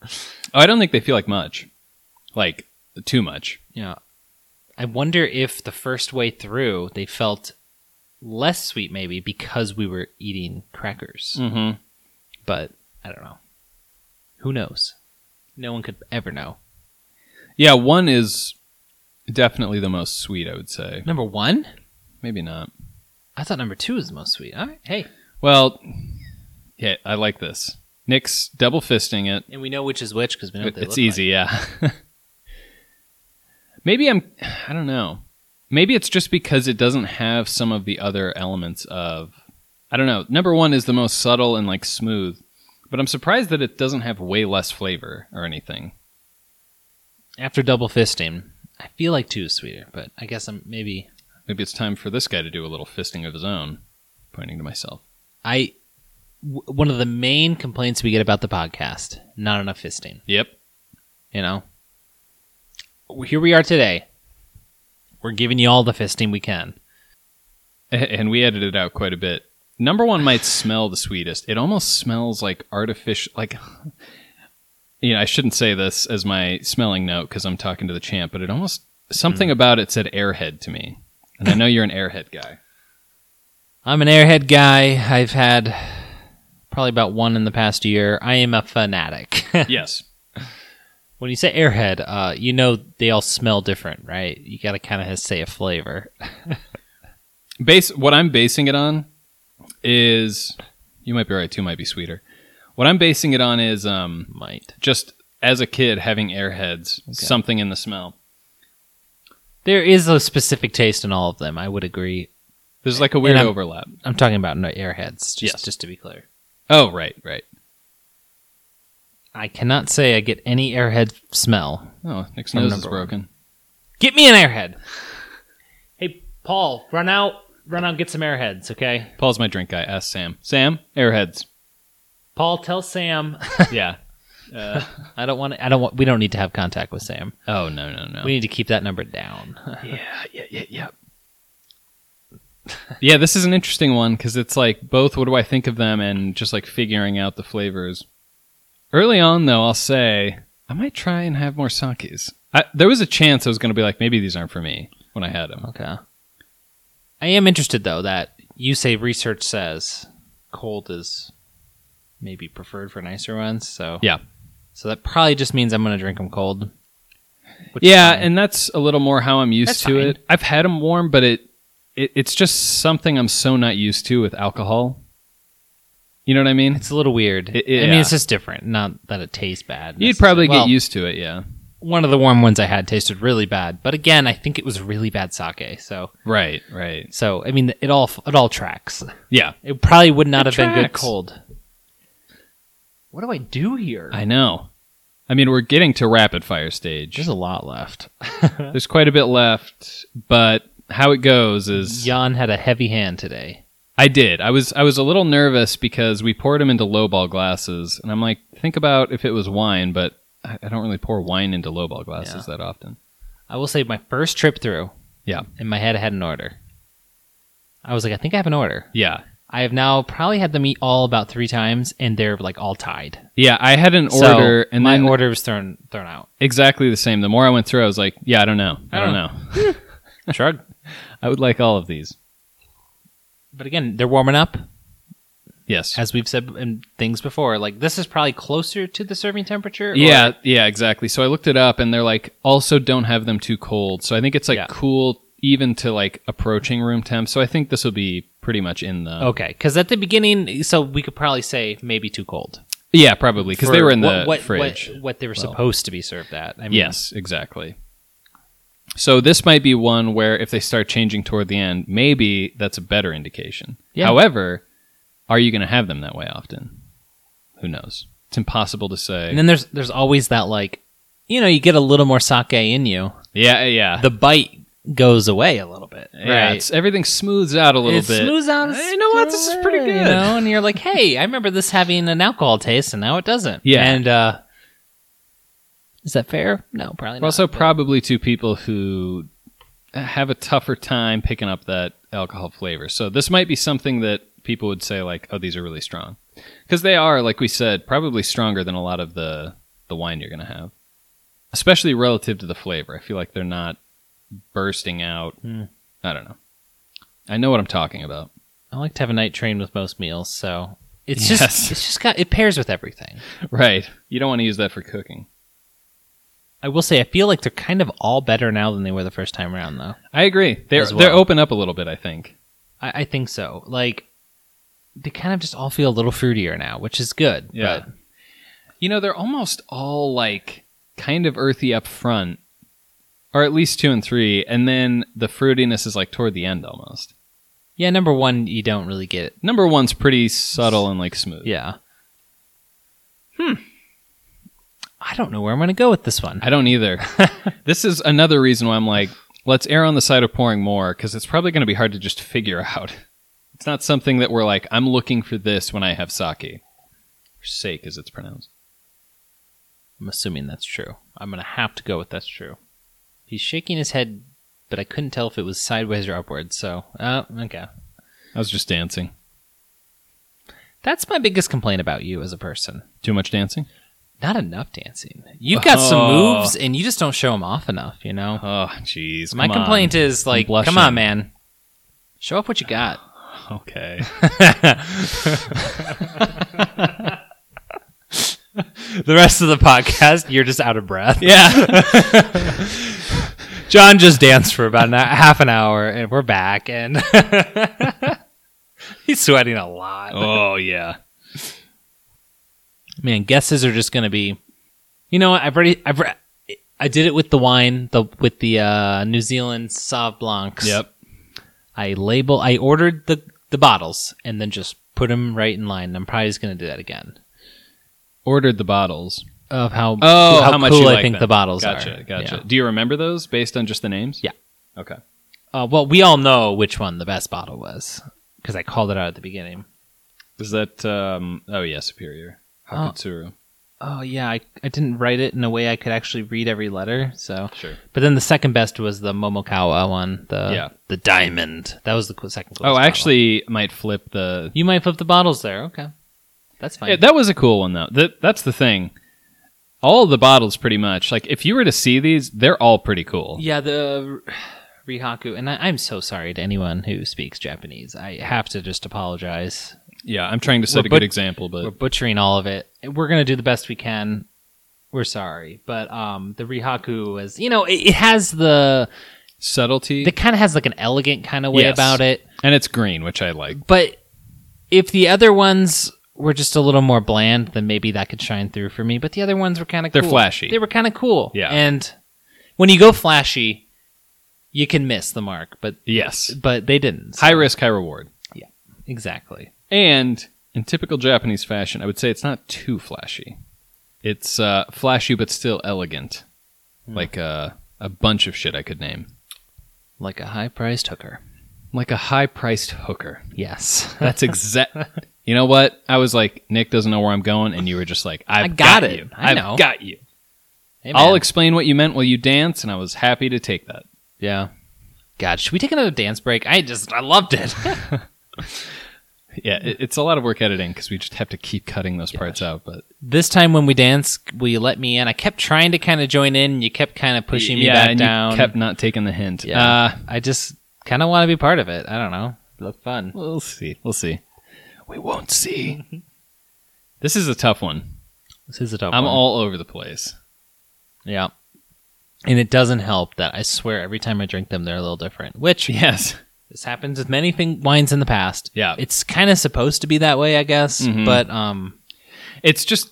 B: Oh, I don't think they feel like much, like too much.
A: Yeah. I wonder if the first way through they felt less sweet maybe because we were eating crackers.
B: Mm-hmm.
A: But I don't know. Who knows? No one could ever know.
B: Yeah, one is definitely the most sweet. I would say
A: Number one?
B: maybe not.
A: I thought number two was the most sweet. All right. Hey.
B: Well, yeah, I like this. Nick's double fisting it.
A: And we know which is which because we know what they
B: it's
A: look
B: easy yeah maybe i'm i don't know maybe it's just because it doesn't have some of the other elements of i don't know number one is the most subtle and like smooth but i'm surprised that it doesn't have way less flavor or anything
A: like. After double fisting, I feel like two is sweeter, but I guess I'm maybe
B: maybe it's time for this guy to do a little fisting of his own pointing to myself
A: I w- one of the main complaints we get about the podcast, not enough fisting.
B: yep
A: you know here we are today we're giving you all the fisting we can
B: A- and we edited it out quite a bit number one might smell the sweetest it almost smells like artificial like you know i shouldn't say this as my smelling note because i'm talking to the champ but it almost
A: Mm.
B: something about it said airhead to me and i know you're an airhead guy
A: i'm an airhead guy i've had probably about one in the past year i am a fanatic
B: yes
A: when you say airhead uh, you know they all smell different right you gotta kind of say a flavor
B: base what i'm basing it on is you might be right too might be sweeter what i'm basing it on is um
A: might
B: just as a kid having airheads something in the smell
A: there is a specific taste in all of them i would agree
B: there's like a weird
A: I'm-
B: overlap
A: i'm talking about no airheads just,
B: Yes.
A: just to be clear
B: oh right right
A: i cannot say i get any airhead smell
B: oh nick's
A: From
B: nose is
A: number one.
B: broken
A: Get me an airhead. Hey, Paul, run out, run out, and get some airheads, okay?
B: Paul's my drink guy. Ask Sam. Sam, airheads.
A: Paul, tell Sam.
B: yeah. Uh,
A: I don't want. I don't want. We don't need to have contact with Sam.
B: Oh no no no.
A: We need to keep that number down.
B: yeah yeah yeah yeah. yeah, this is an interesting one because it's like both what do I think of them and just like figuring out the flavors. Early on, though, I'll say I might try and have more sakis. I, there was a chance I was going to be like, maybe these aren't for me when I had them.
A: Okay. I am interested though that you say research says cold is maybe preferred for nicer ones. So
B: Yeah.
A: so that probably just means I'm gonna drink them cold. which is
B: yeah,
A: fine.
B: and that's a little more how I'm used
A: That's
B: to
A: fine.
B: it. I've had them warm, but it, it it's just something I'm so not used to with alcohol. You know what I mean?
A: it's a little weird.
B: It- it-
A: I mean,
B: yeah.
A: it's just different. Not that it tastes bad.
B: You'd probably
A: necessarily.
B: get used to it, yeah.
A: Well, One of the warm ones I had tasted really bad, but again, I think it was really bad sake. So
B: Right, right.
A: so I mean, it all it all tracks.
B: Yeah,
A: It probably would not
B: It
A: have been good
B: tracks.
A: cold. What do I do here?
B: I know. I mean, we're getting to rapid fire stage.
A: There's a lot left.
B: There's quite a bit left, but how it goes is
A: Jan had a heavy hand today.
B: I did. I was I was a little nervous because we poured them into lowball glasses, and I'm like, think about if it was wine, but I I don't really pour wine into lowball glasses that often.
A: I will say my first trip through.
B: Yeah.
A: In my head, I had an order. I was like, I think I have an order.
B: Yeah,
A: I have now probably had them eat all about three times, and they're like all tied.
B: yeah. I had an
A: So,
B: order, and
A: my
B: then
A: order was thrown thrown out.
B: exactly the same. The more I went through, I was like, yeah, I don't know, I don't know.
A: Shrug.
B: I would like all of these.
A: But again, they're warming up,
B: Yes.
A: as we've said in things before. Like this is probably closer to the serving temperature. or-
B: Yeah, yeah, exactly. So I looked it up and they're like also don't have them too cold. So I think it's like
A: Yeah.
B: cool even to like approaching room temp. So I think this will be pretty much in the
A: Okay, because at the beginning, so we could probably say maybe too cold
B: Yeah, probably because they
A: For
B: were in the
A: what, what,
B: fridge.
A: What, what they were
B: Well.
A: supposed to be served at. I mean,
B: yes, exactly. So this might be one where if they start changing toward the end, maybe that's a better indication.
A: Yeah.
B: However, are you going to have them that way often? Who knows? It's impossible to say.
A: And then there's there's always that like, you know, you get a little more sake in you.
B: yeah, yeah.
A: the bite goes away a little bit.
B: Yeah, it's, everything smooths out a little
A: it
B: bit.
A: smooths out.
B: Hey, you know what? This is pretty
A: Uh, You
B: good.
A: know, and you're like, hey, I remember this having an alcohol taste, and now it doesn't.
B: Yeah.
A: And uh, is that fair? No, probably
B: We're
A: not.
B: also
A: but-
B: probably two people who have a tougher time picking up that alcohol flavor. So this might be something that people would say like, "Oh, these are really strong," because they are, like we said, probably stronger than a lot of the the wine you're going to have, especially relative to the flavor. I feel like they're not bursting out.
A: Hmm.
B: I don't know. I know what I'm talking about.
A: I like to have a night train with most meals, so it's
B: Yes.
A: just it's just got it pairs with everything.
B: Right. You don't want to use that for cooking.
A: I will say, I feel like they're kind of all better now than they were the first time around, though.
B: I agree. They're
A: As
B: they're
A: well.
B: open up a little bit, I think.
A: I, I think so. Like they kind of just all feel a little fruitier now, which is good.
B: Yeah.
A: but-
B: You know, they're almost all like kind of earthy up front, or at least two and three, and then the fruitiness is like toward the end almost.
A: yeah. Number one, you don't really get
B: Number one's pretty subtle and like smooth.
A: Yeah. Hmm. I don't know where I'm going to go with this one.
B: I don't either. this is another reason why I'm like, let's err on the side of pouring more because it's probably going to be hard to just figure out. It's not something that we're like, I'm looking for this when I have sake. Or sake, as it's pronounced.
A: I'm assuming that's true. I'm going to have to go with that's true. He's shaking his head, but I couldn't tell if it was sideways or upwards. So, uh, okay.
B: I was just dancing.
A: That's my biggest complaint about you as a person.
B: Too much dancing?
A: Not enough dancing. You've got some
B: Oh.
A: moves, and you just don't show them off enough. You know.
B: Oh, jeez.
A: My
B: come on.
A: complaint is like,
B: blushing.
A: come on, man, show up what you got.
B: Okay.
A: The rest of the podcast, you're just out of breath.
B: Yeah.
A: John just danced for about an, half an hour, and we're back, and he's sweating a lot.
B: oh, yeah.
A: Man, guesses are just going to be, you know, what, I've already, I've, re- I did it with the wine, the with the uh, New Zealand Sauv Blancs.
B: Yep.
A: I label, I ordered the the bottles, and then just put them right in line. I'm probably just going to do that again.
B: Ordered the bottles.
A: Of how
B: Oh, how, much
A: cool
B: you
A: I
B: like
A: think
B: them.
A: the bottles
B: gotcha,
A: are.
B: Gotcha.
A: Yeah.
B: Do you remember those based on just the names?
A: Yeah.
B: Okay.
A: Uh, well, we all know which one the best bottle was because I called it out at the beginning.
B: Oh. Is that um oh yeah, Superior. Hakatsuru.
A: oh yeah, I, I didn't write it in a way I could actually read every letter. So
B: Sure.
A: But then the second best was the Momokawa one. The
B: Yeah.
A: the diamond. That was the cl- second.
B: Oh,
A: closest
B: I
A: bottle.
B: actually might flip the.
A: you might flip the bottles there. Okay, that's fine.
B: Yeah, that was a cool one though. That that's the thing. All the bottles, pretty much. Like if you were to see these, they're all pretty cool.
A: Yeah, the Rihaku, and I, I'm so sorry to anyone who speaks Japanese. I have to just apologize.
B: Yeah, I'm trying to set
A: We're
B: a good
A: but-
B: example, but
A: We're butchering all of it. We're gonna do the best we can. We're sorry, but um, the Rihaku was, you know, it, it has the,
B: subtlety
A: it kind of has like an elegant kind of way
B: Yes.
A: about it.
B: and it's green, which I like.
A: But if the other ones were just a little more bland, then maybe that could shine through for me. But the other ones were kind of
B: They're
A: cool.
B: flashy.
A: They were kind of cool.
B: Yeah.
A: And when you go flashy, you can miss the mark. But
B: Yes,
A: but they didn't.
B: high risk, high reward.
A: Exactly.
B: And in typical Japanese fashion, I would say it's not too flashy. It's uh, flashy but still elegant,
A: Hmm.
B: like uh, a bunch of shit I could name,
A: Like a high priced hooker.
B: like a high priced hooker.
A: Yes.
B: That's exact. you know what? I was like, Nick doesn't know where I'm going, and you were just like, I've
A: I got it.
B: You.
A: I
B: have
A: know.
B: got you.
A: Hey,
B: I'll
A: man.
B: explain what you meant while you dance, and I was happy to take that.
A: yeah. God, should we take another dance break? I just, I loved it.
B: Yeah, it, it's a lot of work editing because we just have to keep cutting those parts out. But
A: this time when we dance, will you let me in? I kept trying to kind of join in. And you kept kind of pushing me
B: yeah,
A: back
B: and
A: down.
B: You kept not taking the hint.
A: Yeah.
B: Uh,
A: I just kind of want to be part of it. I don't know. It looked fun.
B: We'll see. We'll see. We won't see. this is a tough one.
A: This is a tough
B: I'm
A: one.
B: all over the place.
A: Yeah. And it doesn't help that I swear every time I drink them, they're a little different, which
B: Yes.
A: this happens with many thing- wines in the past.
B: Yeah.
A: It's kind of supposed to be that way, I guess.
B: Mhm.
A: But um,
B: It's just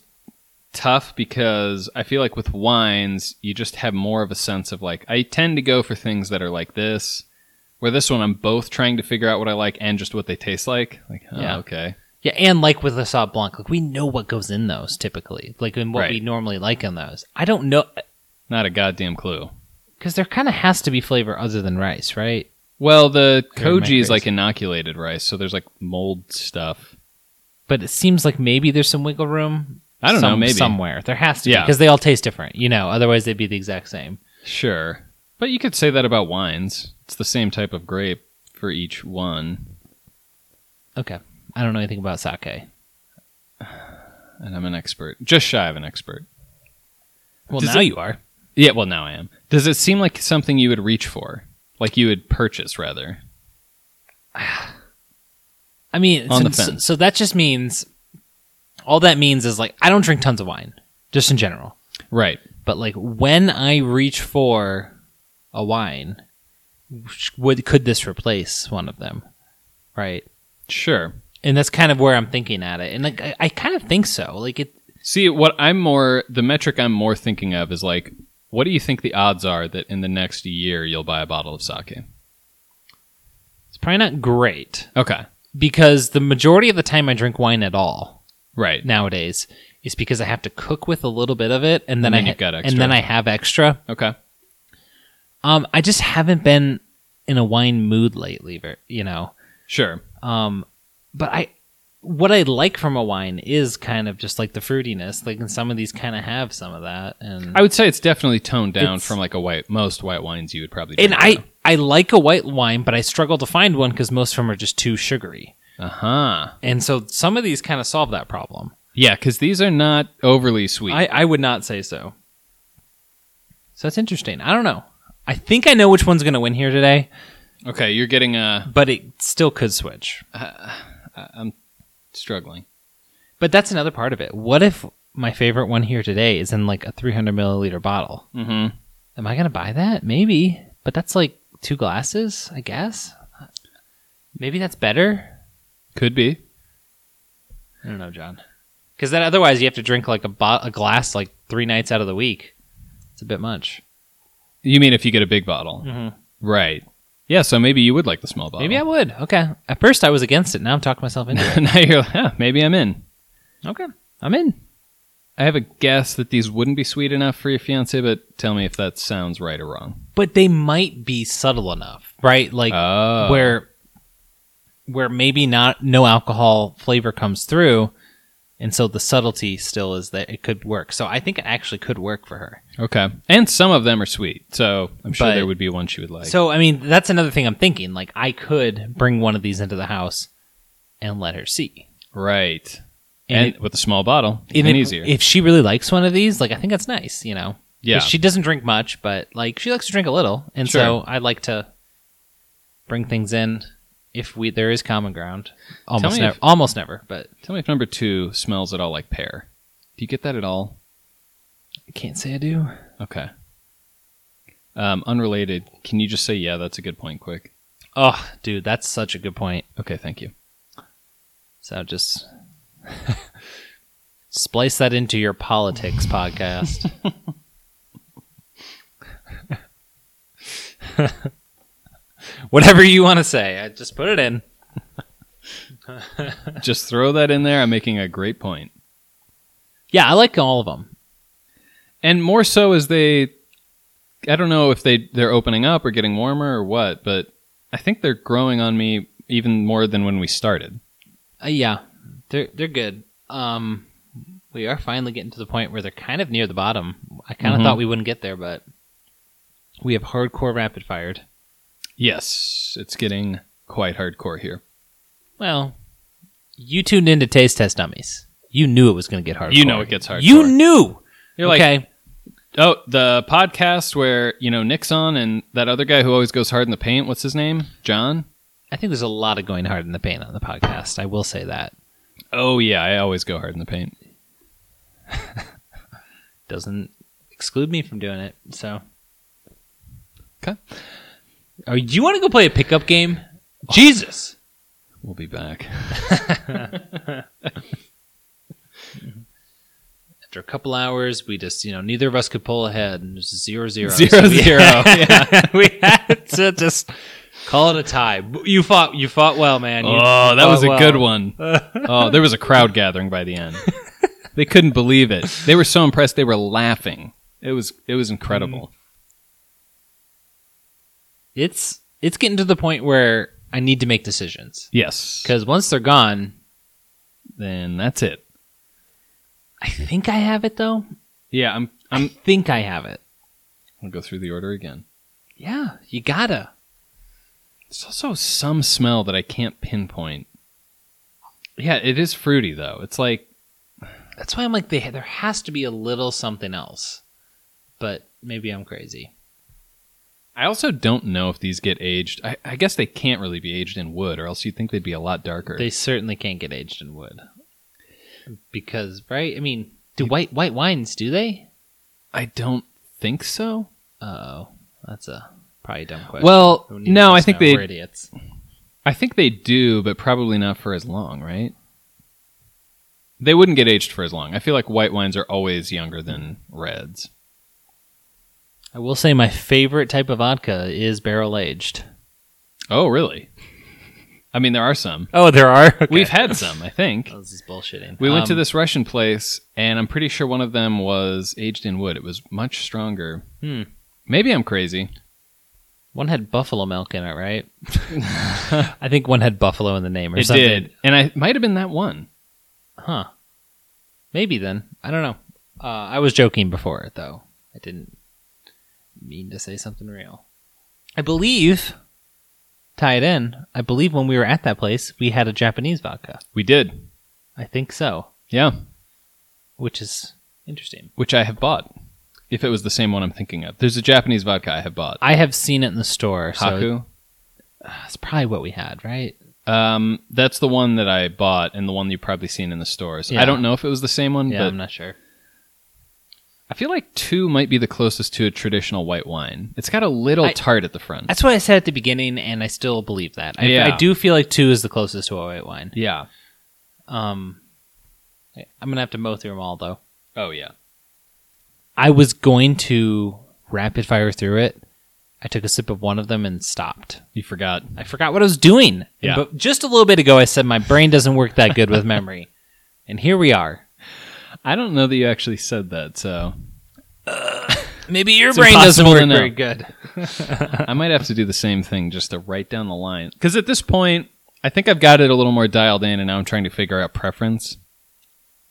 B: tough because I feel like with wines, you just have more of a sense of like, I tend to go for things that are like this, where this one I'm both trying to figure out what I like and just what they taste like. Like, oh,
A: Yeah.
B: okay.
A: yeah. And like with the Sauv Blanc, like we know what goes in those typically, like in what we
B: Right.
A: normally like in those. I don't know.
B: Not a goddamn clue.
A: Because there kind of has to be flavor other than rice, right?
B: Well, the
A: Or am I
B: koji is
A: crazy?
B: like inoculated rice, so there's like mold stuff.
A: But it seems like maybe there's some wiggle room.
B: I don't know,
A: some-
B: maybe.
A: Somewhere. There has to be.
B: Yeah.
A: Because they all taste different, you know. Otherwise, they'd be the exact same.
B: Sure. But you could say that about wines. It's the same type of grape for each one.
A: Okay. I don't know anything about sake.
B: And I'm an expert. Just shy of an expert.
A: Well,
B: Does
A: now
B: it-
A: you are.
B: Yeah, well, now I am. Does it seem like something you would reach for? Like you would purchase, rather?
A: I mean,
B: On
A: so,
B: the
A: so-
B: fence.
A: so that just means all that means is like I don't drink tons of wine, just in general.
B: Right.
A: But like when I reach for a wine, sh- would could this replace one of them? Right.
B: Sure.
A: And that's kind of where I'm thinking at it. And like I, I kind of think so. Like it
B: See, what I'm more, the metric I'm more thinking of is like, what do you think the odds are that in the next year you'll buy a bottle of sake?
A: it's probably not great
B: Okay.
A: because the majority of the time I drink wine at all
B: Right.
A: nowadays is because I have to cook with a little bit of it and then,
B: And then
A: I
B: you've got extra.
A: and then I have extra.
B: Okay.
A: Um, I just haven't been in a wine mood lately, ver- you know.
B: Sure.
A: Um, but I, what I like from a wine is kind of just like the fruitiness. Like, and some of these kind of have some of that, and
B: I would say it's definitely toned down
A: It's-
B: from like a white, most white wines you would probably
A: and
B: drink,
A: I I like a white wine, but I struggle to find one because most of them are just too sugary.
B: though. Uh-huh.
A: And so some of these kind of solve that problem.
B: Yeah, because these are not overly sweet.
A: I, I would not say so. So that's interesting. I don't know. I think I know which one's going to win here today,
B: okay, you're getting uh, a.
A: but it still could switch.
B: I'm struggling.
A: But that's another part of it. What if my favorite one here today is in like a 300 milliliter bottle?
B: Mm-hmm.
A: Am I going to buy that? Maybe. But that's like two glasses, I guess. Maybe that's better.
B: Could be.
A: I don't know, John. Because then otherwise you have to drink like a, bo- a glass like three nights out of the week. It's a bit much.
B: You mean if you get a big bottle,
A: Mhm.
B: right? Yeah. So maybe you would like the small bottle.
A: Maybe I would. Okay. At first I was against it. Now I'm talking myself into it.
B: now you're like, huh, maybe I'm in.
A: okay. I'm in.
B: I have a guess that these wouldn't be sweet enough for your fiance, but tell me if that sounds right or wrong.
A: But they might be subtle enough, right? Like
B: oh,
A: where where maybe not no alcohol flavor comes through, and so the subtlety still is that it could work. So I think it actually could work for her.
B: Okay. And some of them are sweet, so I'm sure
A: But-
B: there would be one she would like.
A: So I mean, that's another thing I'm thinking. Like I could bring one of these into the house and let her see.
B: right.
A: And
B: And, with a small bottle,
A: And
B: even
A: if-
B: easier.
A: If she really likes one of these, like I think that's nice, you know. 'Cause
B: yeah.
A: She doesn't drink much, but like she likes to drink a little, and so I like to bring things in if we there is common ground. Almost
B: me
A: never,
B: if-
A: almost never, but
B: Tell me if number two smells at all like pear. Do you get that at all?
A: I can't say I do.
B: Okay. Um, unrelated. Can you just say yeah? That's a good point. Quick.
A: Oh, dude, that's such a good point.
B: Okay. Thank you.
A: So just splice that into your politics podcast. Whatever you want to say, I just put it in.
B: just throw that in there. I'm making a great point.
A: Yeah, I like all of them.
B: And more so as they, I don't know if they they're opening up or getting warmer or what, but I think they're growing on me even more than when we started.
A: Uh, yeah, they're they're good. Um, we are finally getting to the point where they're kind of near the bottom. I kind of
B: Mhm.
A: thought we wouldn't get there, but we have hardcore rapid fired.
B: Yes, it's getting quite hardcore here.
A: Well, you tuned into Taste Test Dummies. You knew it was going to get hard.
B: You know it gets hardcore.
A: You knew.
B: You're like,
A: okay.
B: oh, the podcast where you know Nixon and that other guy who always goes hard in the paint. What's his name? John.
A: I think there's a lot of going hard in the paint on the podcast. I will say that.
B: Oh yeah, I always go hard in the paint.
A: Doesn't exclude me from doing it. So.
B: Okay.
A: Oh, do you want to go play a pickup game? Jesus.
B: We'll be back.
A: After a couple hours, we just, you know, neither of us could pull ahead and it was zero zero.
B: Zero,
A: we-
B: zero, yeah.
A: we had to just call it a tie. You fought you fought well, man. You
B: Oh, that
A: fought
B: was a
A: well.
B: good one. oh, there was a crowd gathering by the end. They couldn't believe it. They were so impressed. They were laughing. It was it was incredible.
A: It's it's getting to the point where I need to make decisions.
B: Yes.
A: Because once they're gone,
B: Then that's it.
A: I think I have it though.
B: Yeah, I'm
A: I
B: I'm
A: think I have it.
B: I'll go through the order again.
A: Yeah, you gotta.
B: There's also some smell that I can't pinpoint. Yeah, it is fruity though. It's like
A: That's why I'm like, they, there has to be a little something else. But maybe I'm crazy.
B: I also don't know if these get aged. I, I guess they can't really be aged in wood, or else you'd think they'd be a lot darker.
A: They certainly can't get aged in wood. Because, right? I mean, do white white wines, do they?
B: I don't think so.
A: Oh, that's a probably dumb question.
B: Well,
A: Neither
B: no,
A: of
B: I
A: us
B: think
A: know.
B: they-
A: We're idiots.
B: I think they do, but probably not for as long, right? They wouldn't get aged for as long. I feel like white wines are always younger than reds.
A: I will say my favorite type of vodka is barrel aged.
B: Oh, really? I mean, there are some.
A: Oh, there are?
B: We've had some, I think.
A: Oh, this is bullshitting.
B: We went to
A: Um,
B: this Russian place, and I'm pretty sure one of them was aged in wood. It was much stronger.
A: Hmm.
B: Maybe I'm crazy.
A: One had buffalo milk in it, right? I think one had buffalo in the name or
B: it
A: something.
B: did, and I might have been that one.
A: Huh. Maybe then. I don't know. Uh, I was joking before, though. I didn't mean to say something real. I believe, tie it in, I believe when we were at that place, we had a Japanese vodka.
B: We did,
A: I think so,
B: yeah.
A: which is interesting.
B: Which I have bought. If it was the same one I'm thinking of, there's a Japanese vodka I have bought.
A: I have seen it in the store, so
B: Haku.
A: that's probably what we had, right?
B: Um, that's the one that I bought and the one you've probably seen in the stores.
A: Yeah.
B: I don't know if it was the same one,
A: Yeah,
B: but
A: I'm not sure.
B: I feel like two might be the closest to a traditional white wine. It's got a little
A: I-
B: tart at the front.
A: That's what I said at the beginning, and I still believe that. I,
B: Yeah.
A: I do feel like two is the closest to a white wine.
B: yeah.
A: Um, I- I'm gonna have to mow through them all, though.
B: Oh yeah.
A: I was going to rapid fire through it. I took a sip of one of them and stopped.
B: You forgot.
A: I forgot what I was doing.
B: Yeah.
A: But just a little bit ago, I said my brain doesn't work that good with memory. and here we are.
B: I don't know that you actually said that, so
A: Maybe your
B: It's
A: brain doesn't
B: impossible to
A: work
B: know.
A: very good.
B: I might have to do the same thing just to write down the line. Because at this point, I think I've got it a little more dialed in, and now I'm trying to figure out preference.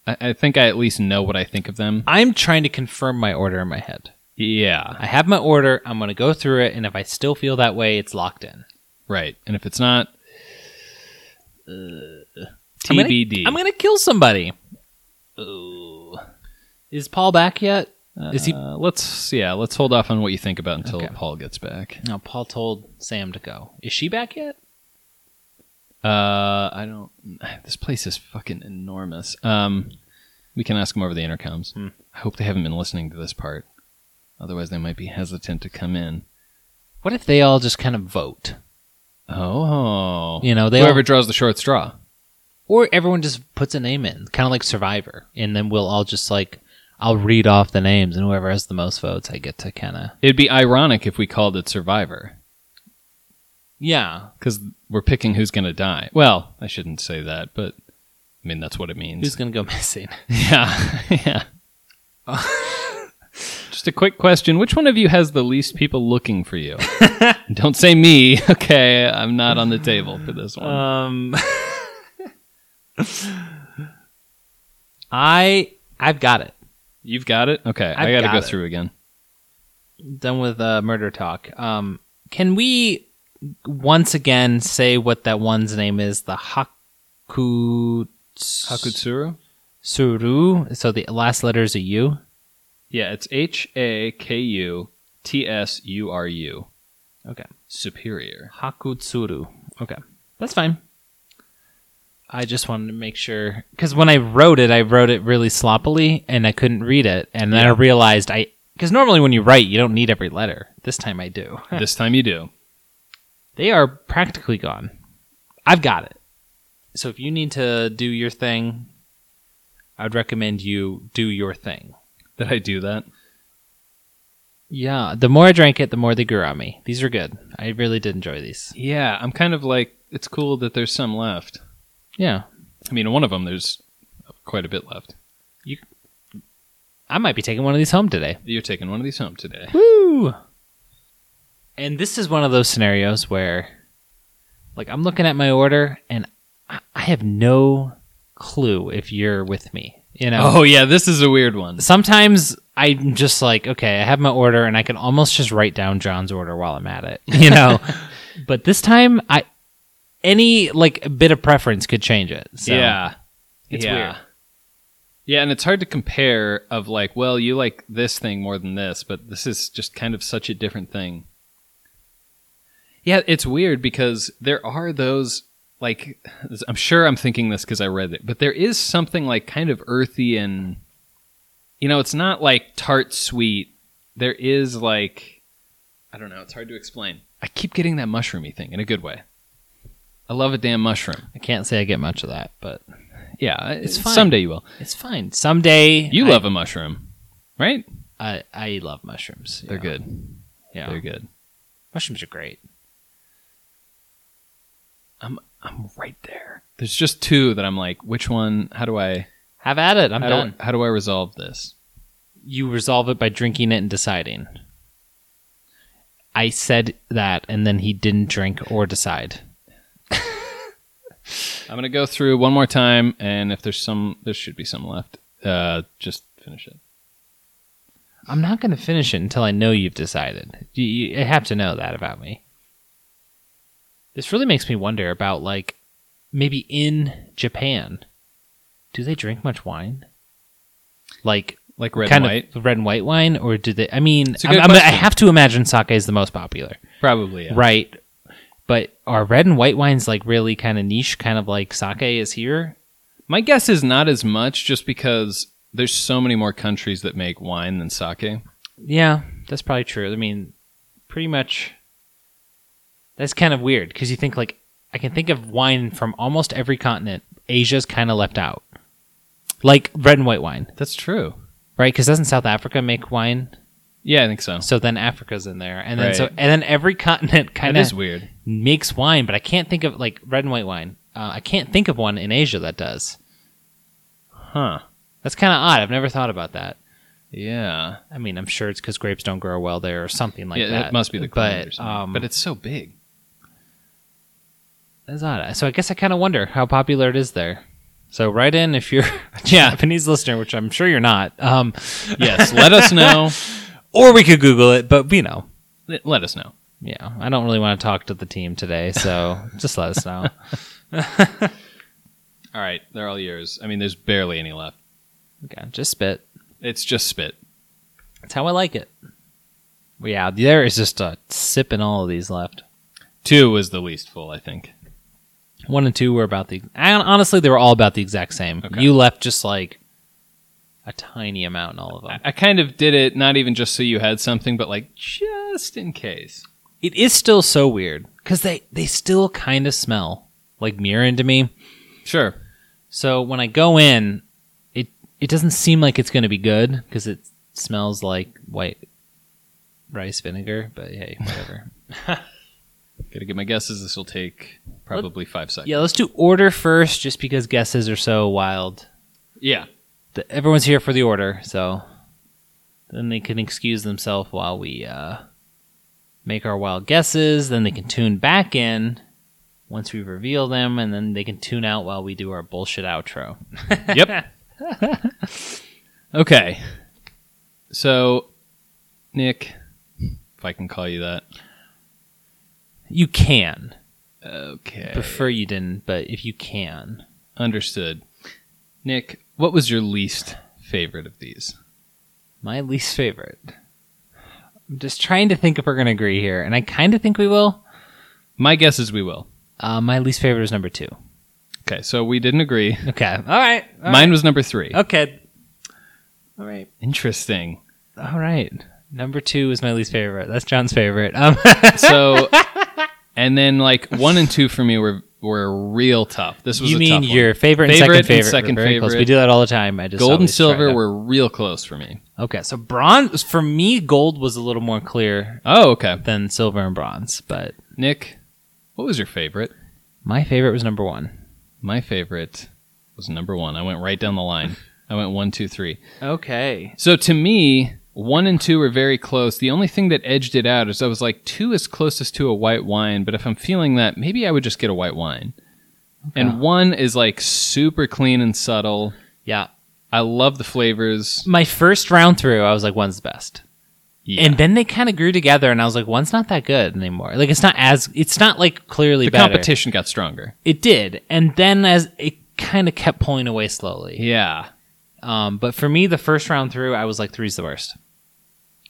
B: I, I think I at least know what I think of them.
A: I'm trying to confirm my order in my head.
B: Yeah,
A: I have my order. I'm going to go through it, and if I still feel that way, it's locked in.
B: right. And if it's not, uh,
A: I'm gonna-
B: TBD.
A: I'm going to kill somebody. Ooh. Is Paul back yet? Is he?
B: Uh, let's yeah, let's hold off on what you think about until
A: Okay.
B: Paul gets back.
A: No, Paul told Sam to go. Is she back yet?
B: Uh, I don't. This place is fucking enormous. Um, we can ask them over the intercoms.
A: Hmm.
B: I hope they haven't been listening to this part. Otherwise, they might be hesitant to come in.
A: What if they all just kind of vote?
B: Oh,
A: You know, they all-
B: whoever draws the short straw.
A: or everyone just puts a name in, kind of like Survivor, and then we'll all just like I'll read off the names, and whoever has the most votes, I get to kind of
B: It'd be ironic if we called it Survivor
A: yeah.
B: because we're picking who's gonna die. Well, I shouldn't say that, but I mean that's what it means.
A: Who's gonna go missing?
B: Yeah, yeah. Just a quick question: Which one of you has the least people looking for you? Don't say me. Okay, I'm not on the table for this one.
A: Um, I I've got it.
B: You've got it. Okay, i
A: I've
B: got to
A: got
B: go
A: it.
B: through again.
A: Done with uh, murder talk. Um, can we once again say what that one's name is? The Haku
B: Hakutsuru.
A: Suru. So the last letter is a U.
B: Yeah, it's H A K U T S U R U.
A: Okay.
B: Superior.
A: Hakutsuru. Okay. That's fine. I just wanted to make sure cuz when I wrote it I wrote it really sloppily and I couldn't read it and then I realized I cuz normally when you write you don't need every letter. This time I do.
B: this time you do.
A: They are practically gone. I've got it. So if you need to do your thing, I'd recommend you do your thing.
B: Did I do that?
A: Yeah, the more I drank it, the more they grew on me. These are good. I really did enjoy these.
B: Yeah, I'm kind of like it's cool that there's some left.
A: Yeah.
B: I mean, one of them there's quite a bit left.
A: I might be taking one of these home today.
B: You're taking one of these home today.
A: Woo! And this is one of those scenarios where, like, I'm looking at my order and I I have no clue if you're with me. You know,
B: Oh yeah, this is a weird one.
A: sometimes I'm just like, okay, I have my order and I can almost just write down John's order while I'm at it. You know, but this time I any like bit of preference could change it. So.
B: yeah.
A: it's weird.
B: Yeah, and it's hard to compare of like, well, you like this thing more than this, but this is just kind of such a different thing. Yeah, it's weird because there are those like I'm sure I'm thinking this cuz I read it, but there is something like kind of earthy and you know, it's not like tart sweet. There is like I don't know, it's hard to explain. I keep getting that mushroomy thing in a good way. I love a damn mushroom.
A: I can't say I get much of that, but
B: Yeah, it's
A: fine.
B: someday you will.
A: it's fine. Someday
B: You
A: I-
B: love a mushroom, right?
A: I, I love mushrooms.
B: They're
A: yeah.
B: good.
A: Yeah,
B: They're good.
A: mushrooms are great.
B: I'm right there. There's just two that I'm like, which one? How do I?
A: Have at it. I'm
B: how,
A: done.
B: Do, how do I resolve this?
A: You resolve it by drinking it and deciding. I said that, and then he didn't drink or decide.
B: I'm gonna go through one more time, and if there's some, there should be some left. Uh, just finish it.
A: I'm not going to finish it until I know you've decided. You, you have to know that about me. This really makes me wonder about, like, maybe in Japan, do they drink much wine? Like,
B: Like red
A: kind
B: and white,
A: of red and white wine, or do they? I mean,
B: It's a
A: I'm,
B: good
A: I'm, I
B: question.
A: have to imagine sake is the most popular.
B: probably. Yeah.
A: right? But are red and white wines like really kind of niche, kind of like sake is here?
B: My guess is not as much, just because there's so many more countries that make wine than sake.
A: Yeah, that's probably true. I mean, pretty much. That's kind of weird because you think like I can think of wine from almost every continent. Asia's kind of left out, like red and white wine,
B: That's true.
A: right? Because doesn't South Africa make wine?
B: Yeah, I think so.
A: So then Africa's in there, and then so
B: Right.
A: and then every continent kind
B: That is
A: of
B: weird.
A: makes wine, but I can't think of like red and white wine. Uh, I can't think of one in Asia that does.
B: Huh.
A: That's kind of odd. I've never thought about that.
B: Yeah.
A: I mean, I'm sure it's because grapes don't grow well there or something like
B: yeah,
A: that.
B: that must be the climate or
A: but
B: something.
A: um,
B: but it's so big.
A: that's odd. So I guess I kind of wonder how popular it is there. So write in if you're a Japanese listener, which I'm sure you're not. Um,
B: Yes, let us know.
A: or we could Google it, but you know,
B: Let let us know.
A: yeah, I don't really want to talk to the team today, so just let us know.
B: All right, they're all yours. I mean, there's barely any left.
A: Okay, just spit.
B: It's just spit.
A: That's how I like it. Well, yeah, there is just a sip in all of these left.
B: Two was the least full, I think.
A: One and two were about the. and honestly, they were all about the exact same.
B: Okay.
A: You left just like a tiny amount in all of them.
B: I, I kind of did it not even just so you had something, but like just in case.
A: It is still so weird because they they still kind of smell like mirin to me.
B: Sure.
A: So when I go in, it it doesn't seem like it's going to be good because it smells like white rice vinegar. But hey, whatever.
B: Gotta get my guesses. This will take probably five seconds.
A: yeah, let's do order first, just because guesses are so wild.
B: Yeah.
A: The, everyone's here for the order, so then they can excuse themselves while we uh, make our wild guesses. Then they can tune back in once we reveal them, and then they can tune out while we do our bullshit outro.
B: Yep. okay. So, Nick, if I can call you that.
A: You can.
B: Okay.
A: Prefer you didn't, but if you can.
B: Understood. Nick, what was your least favorite of these?
A: My least favorite. I'm just trying to think if we're going to agree here, and I kind of think we will.
B: My guess is we will.
A: Uh, my least favorite is number two.
B: Okay, so we didn't agree.
A: Okay. All right. All
B: Mine was number three.
A: right. Okay. All right.
B: Interesting.
A: All right. Number two is my least favorite. That's John's favorite. Um,
B: So, and then like one and two for me were were real tough. This was
A: you
B: a
A: mean
B: tough one.
A: your favorite, and
B: Favorite
A: second
B: and
A: favorite?
B: second
A: We're very close.
B: favorite.
A: We do that all the time. I just
B: gold and
A: always try
B: silver
A: to-
B: were real close for me.
A: okay. So bronze for me, gold was a little more clear
B: Oh, okay.
A: than silver and bronze, but
B: Nick, what was your favorite?
A: my favorite was number one.
B: My favorite was number one. I went right down the line. I went one, two, three.
A: Okay.
B: So to me, one and two are very close. The only thing that edged it out is I was like, two is closest to a white wine, but if I'm feeling that, maybe I would just get a white wine.
A: Okay.
B: And one is like super clean and subtle.
A: Yeah.
B: I love the flavors.
A: My first round through, I was like, one's the best.
B: Yeah.
A: And then they kind of grew together, and I was like, one's not that good anymore. Like, it's not as, it's not like clearly
B: the
A: better.
B: competition got stronger.
A: It did. And then as it kind of kept pulling away slowly.
B: Yeah.
A: Um, but for me, the first round through, I was like, three's the worst.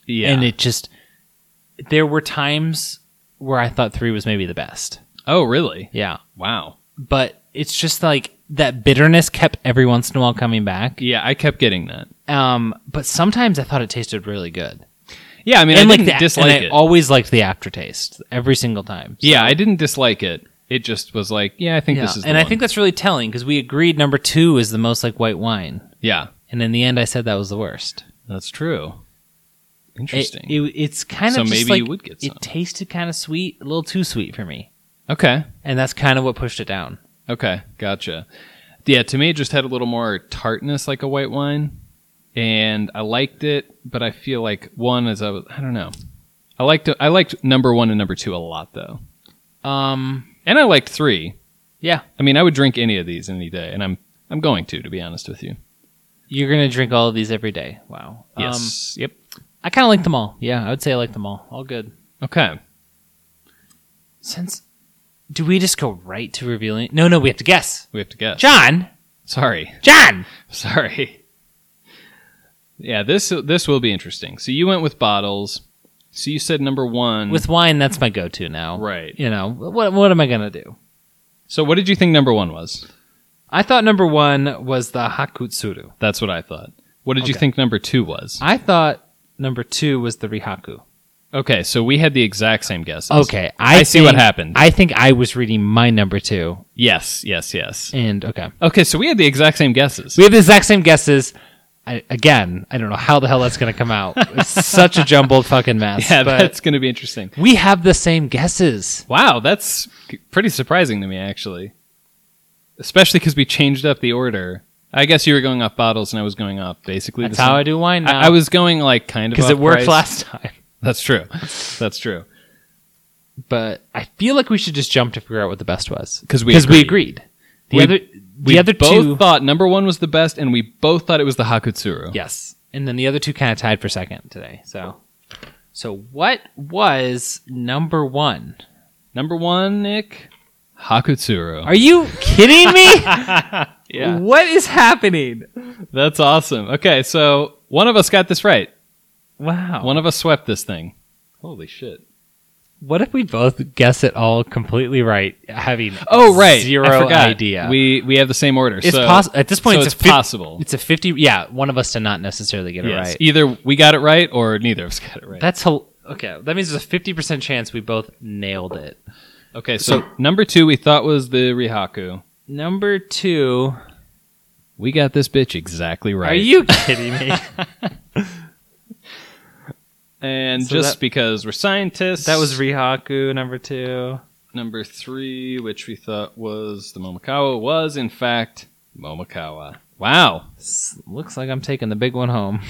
B: Yeah.
A: And it just, there were times where I thought three was maybe the best.
B: oh, really?
A: Yeah.
B: Wow.
A: But it's just like that bitterness kept every once in a while coming back.
B: Yeah, I kept getting that.
A: Um, but sometimes I thought it tasted really good.
B: Yeah, I mean,
A: and
B: I
A: like
B: didn't
A: the,
B: dislike
A: and I
B: it.
A: always liked the aftertaste every single time. So-
B: yeah, I didn't dislike it. It just was like, yeah, I think
A: Yeah.
B: this is. the
A: and I
B: one.
A: think that's really telling because we agreed number two is the most like white wine,
B: yeah,
A: and in the end, I said that was the worst.
B: that's true.
A: It-
B: Interesting.
A: It, it's kind of
B: So
A: just
B: maybe
A: like,
B: you would get some.
A: It tasted kind of sweet, a little too sweet for me,
B: okay,
A: and that's kind of what pushed it down.
B: okay, gotcha. Yeah, to me, it just had a little more tartness, like a white wine, and I liked it. But I feel like one is I was, I don't know. I liked I liked number one and number two a lot though,
A: Um,
B: and I liked three.
A: yeah,
B: I mean, I would drink any of these any day, and I'm I'm going to, to be honest with you.
A: you're gonna drink all of these every day. Wow.
B: Yes. yep.
A: Um, I kind of like them all. Yeah, I would say I like them all. All good.
B: Okay.
A: Since do we just go right to revealing? No, no, we have to guess.
B: We have to guess.
A: John,
B: Sorry.
A: John.
B: Sorry. Yeah, this this will be interesting. So you went with bottles. So you said number one
A: With wine, that's my go-to now.
B: right.
A: You know what? What am I gonna do?
B: So what did you think number one was?
A: I thought number one was the Hakutsuru.
B: That's what I thought. What did you
A: Okay.
B: think number two was?
A: I thought number two was the Rihaku.
B: Okay, so we had the exact same guesses.
A: Okay,
B: I,
A: I,
B: see what
A: think-
B: happened.
A: I think I was reading my number two,
B: yes, yes, yes.
A: and okay,
B: Okay, so we had the exact same guesses.
A: we have the exact same guesses. I, again, I don't know how the hell that's going to come out. It's such a jumbled fucking mess.
B: yeah,
A: but
B: that's going to be interesting.
A: we have the same guesses.
B: Wow, that's c- pretty surprising to me actually. Especially cuz we changed up the order. I guess you were going off bottles and I was going off basically
A: That's
B: the
A: how
B: same.
A: I do wine now.
B: I, I was going like kind of
A: because it
B: off
A: worked
B: price.
A: last time,
B: That's true. That's true.
A: but I feel like we should just jump to figure out what the best was
B: 'Cause we
A: because we
B: agreed.
A: agreed. The
B: We-
A: other
B: We
A: the other
B: both
A: two,
B: thought number one was the best, and we both thought it was the Hakutsuru.
A: yes, and then the other two kind of tied for second today. So, so what was number one?
B: Number one, Nick, Hakutsuru.
A: Are you kidding me?
B: yeah,
A: What is happening?
B: that's awesome. Okay, so one of us got this right.
A: Wow.
B: One of us swept this thing. Holy shit!
A: what if we both guess it all completely right, having
B: Oh right,
A: zero
B: I forgot.
A: idea?
B: We we have the same order.
A: it's
B: so,
A: poss- at this point.
B: so
A: it's,
B: it's
A: a fif-
B: possible.
A: It's a fifty. Yeah, one of us to not necessarily get
B: Yes.
A: it right.
B: Either we got it right or neither of us got it right.
A: That's hel- okay. That means there's a fifty percent chance we both nailed it.
B: okay, so, number two we thought was the Rihaku.
A: Number two.
B: We got this bitch exactly right.
A: Are you kidding me?
B: And
A: So
B: just
A: that-
B: because we're scientists,
A: that was Rihaku number two.
B: number three, which we thought was the Momokawa, was in fact Momokawa. Wow,
A: S- looks like I'm taking the big one home.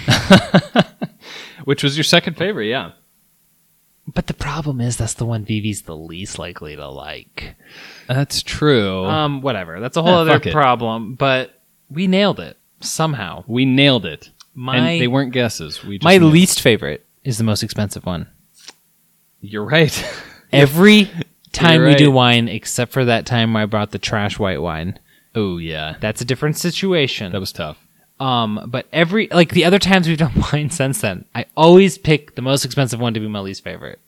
B: which was your second favorite? Yeah.
A: But the problem is that's the one Vivi's the least likely to like.
B: That's true.
A: Um, whatever. That's a whole
B: Yeah,
A: other
B: fuck it.
A: problem. But we nailed it somehow.
B: we nailed it,
A: My
B: and they weren't guesses. We just
A: my
B: nailed it.
A: least favorite is the most expensive one.
B: You're right.
A: Every time we
B: right.
A: do wine, except for that time where I brought the trash white wine,
B: oh yeah,
A: that's a different situation.
B: that was tough.
A: Um, but every like the other times we've done wine since then, I always pick the most expensive one to be my least favorite.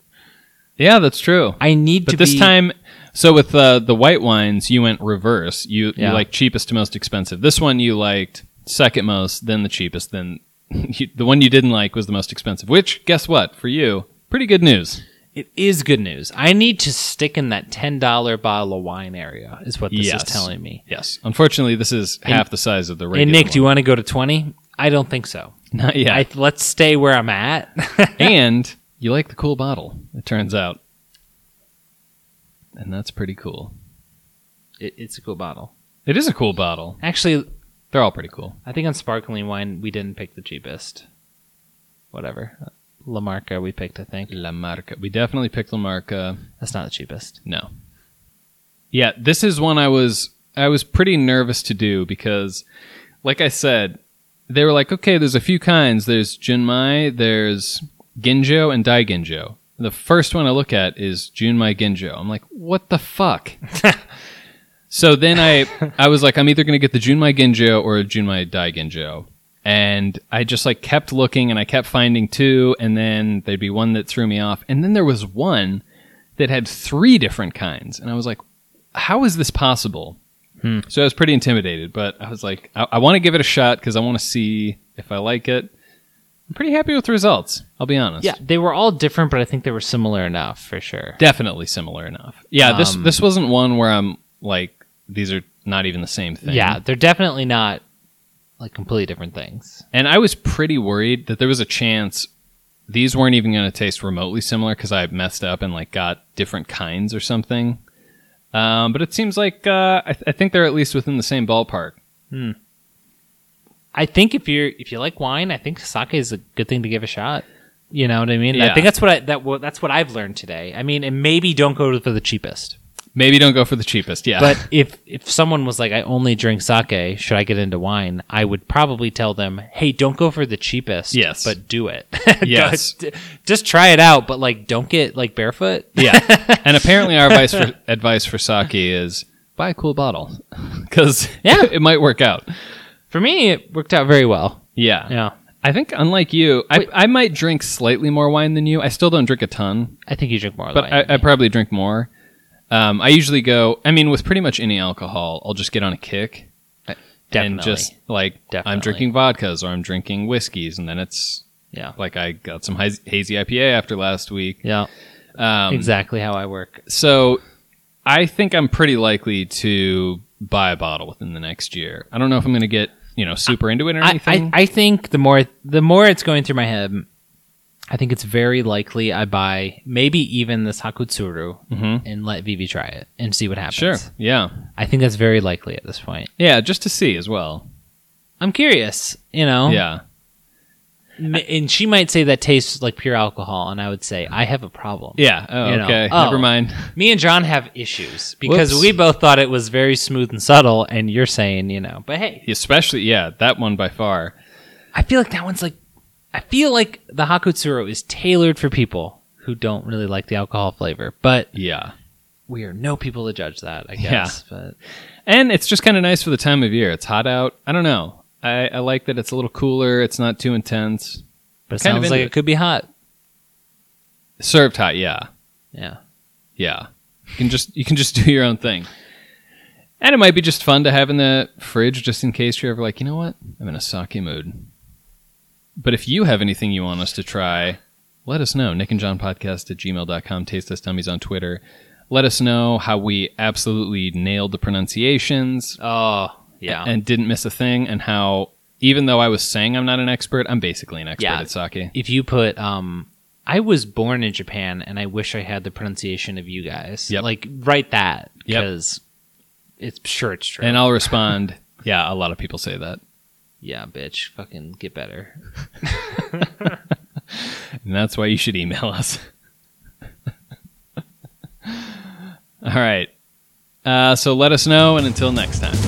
B: Yeah, that's true.
A: I need to
B: But this
A: be-
B: time, so with uh, the white wines, you went reverse. You
A: Yeah.
B: you like cheapest to most expensive. This one you liked second most, then the cheapest, then you, the one you didn't like was the most expensive. Which guess what for you? Pretty good news.
A: it is good news. I need to stick in that ten dollar bottle of wine area is what this
B: Yes.
A: is telling me.
B: Yes. Unfortunately, this is half the size of the regular.
A: and Nick,
B: one.
A: do you want to go to twenty? I don't think so.
B: Not yet.
A: I, let's stay where I'm at.
B: and you like the cool bottle. It turns out, and that's pretty cool.
A: It- it's a cool bottle.
B: It is a cool bottle.
A: Actually,
B: They're all pretty cool.
A: I think on sparkling wine we didn't pick the cheapest. Whatever. La Marca we picked, I think.
B: La Marca. We definitely picked La Marca.
A: That's not the cheapest.
B: No. Yeah, this is one I was I was pretty nervous to do because like I said, they were like, "Okay, there's a few kinds. There's Junmai, there's Ginjo and Dai Ginjo." The first one I look at is Junmai Ginjo. I'm like, "What the fuck?" so then I I was like, "I'm either going to get the Junmai Ginjo or Junmai Dai Ginjo." And I just like kept looking and I kept finding two and then there'd be one that threw me off. And then there was one that had three different kinds. And I was like, how is this possible? So I was pretty intimidated, but I was like, I, I want to give it a shot because I want to see if I like it. I'm pretty happy with the results. I'll be honest.
A: Yeah, they were all different, but I think they were similar enough for sure.
B: Definitely similar enough. Yeah. this,
A: Um,
B: this wasn't one where I'm like, these are not even the same thing.
A: Yeah, they're definitely not like completely different things.
B: And I was pretty worried that there was a chance these weren't even going to taste remotely similar because I messed up and like got different kinds or something. Um, but it seems like uh, I, th- I think they're at least within the same ballpark.
A: I think if you're if you like wine, I think sake is a good thing to give a shot. You know what I mean? I
B: Yeah.
A: think that's what I that wa- that's what I've learned today. I mean, and maybe don't go for the cheapest.
B: Maybe don't go for the cheapest. Yeah,
A: But if if someone was like, I only drink sake, should I get into wine? I would probably tell them, Hey, don't go for the cheapest.
B: Yes.
A: but do it.
B: Yes.
A: Just- just try it out, but like, don't get like barefoot.
B: yeah. And apparently our advice for advice for sake is buy a cool bottle because
A: Yeah.
B: it might work out.
A: For me, it worked out very well.
B: Yeah.
A: Yeah,
B: I think unlike you, I,
A: Wait.
B: I might drink slightly more wine than you. I still don't drink a ton.
A: I think you drink more.
B: but
A: wine.
B: I, I probably drink more. Um, I usually go. I mean, with pretty much any alcohol, I'll just get on a kick and
A: Definitely.
B: just like I'm
A: Definitely.
B: drinking vodkas or I'm drinking whiskeys, and then it's
A: yeah,
B: like I got some hazy, hazy IPA after last week.
A: yeah,
B: Um,
A: exactly how I work.
B: So I think I'm pretty likely to buy a bottle within the next year. I don't know if I'm going to get you know super into it or
A: I,
B: anything.
A: I I think the more the more it's going through my head, I think it's very likely I buy maybe even this hakutsuru
B: Mhm.
A: and let Vivi try it and see what happens.
B: sure. Yeah.
A: I think that's very likely at this point.
B: Yeah. Just to see as well.
A: Oh. I'm curious, you know.
B: Yeah.
A: M- and she might say that tastes like pure alcohol, and I would say I have a problem.
B: Yeah. Oh,
A: You know,
B: okay.
A: oh.
B: Never mind.
A: Me and John have issues because
B: Whoops.
A: we both thought it was very smooth and subtle, and you're saying, you know, but hey,
B: Especially, yeah, that one by far.
A: I feel like that one's like, I feel like the Hakutsuro is tailored for people who don't really like the alcohol flavor, but
B: Yeah.
A: we are no people to judge that, I
B: Yeah.
A: guess. But
B: And it's just kind of nice for the time of year. It's hot out. I don't know. I, I like that it's a little cooler. It's not too intense.
A: but it
B: Kind of
A: sounds like
B: into
A: it could be hot.
B: Served hot. Yeah.
A: Yeah.
B: Yeah. You can just you can just do your own thing. And it might be just fun to have in the fridge just in case you're ever like, you know what? I'm in a sake mood. But if you have anything you want us to try, let us know. Nick and John podcast at gmail.com, taste us dummies on Twitter. Let us know how we absolutely nailed the pronunciations
A: Oh, yeah.
B: and didn't miss a thing, and how even though I was saying I'm not an expert, I'm basically an expert
A: Yeah.
B: at sake.
A: if you put um I was born in Japan and I wish I had the pronunciation of you guys.
B: Yep.
A: Like write that
B: Yep.
A: because it's sure it's true.
B: And I'll respond, yeah, a lot of people say that.
A: yeah, bitch, fucking get better.
B: And that's why you should email us. All right. Uh, so let us know, and until next time.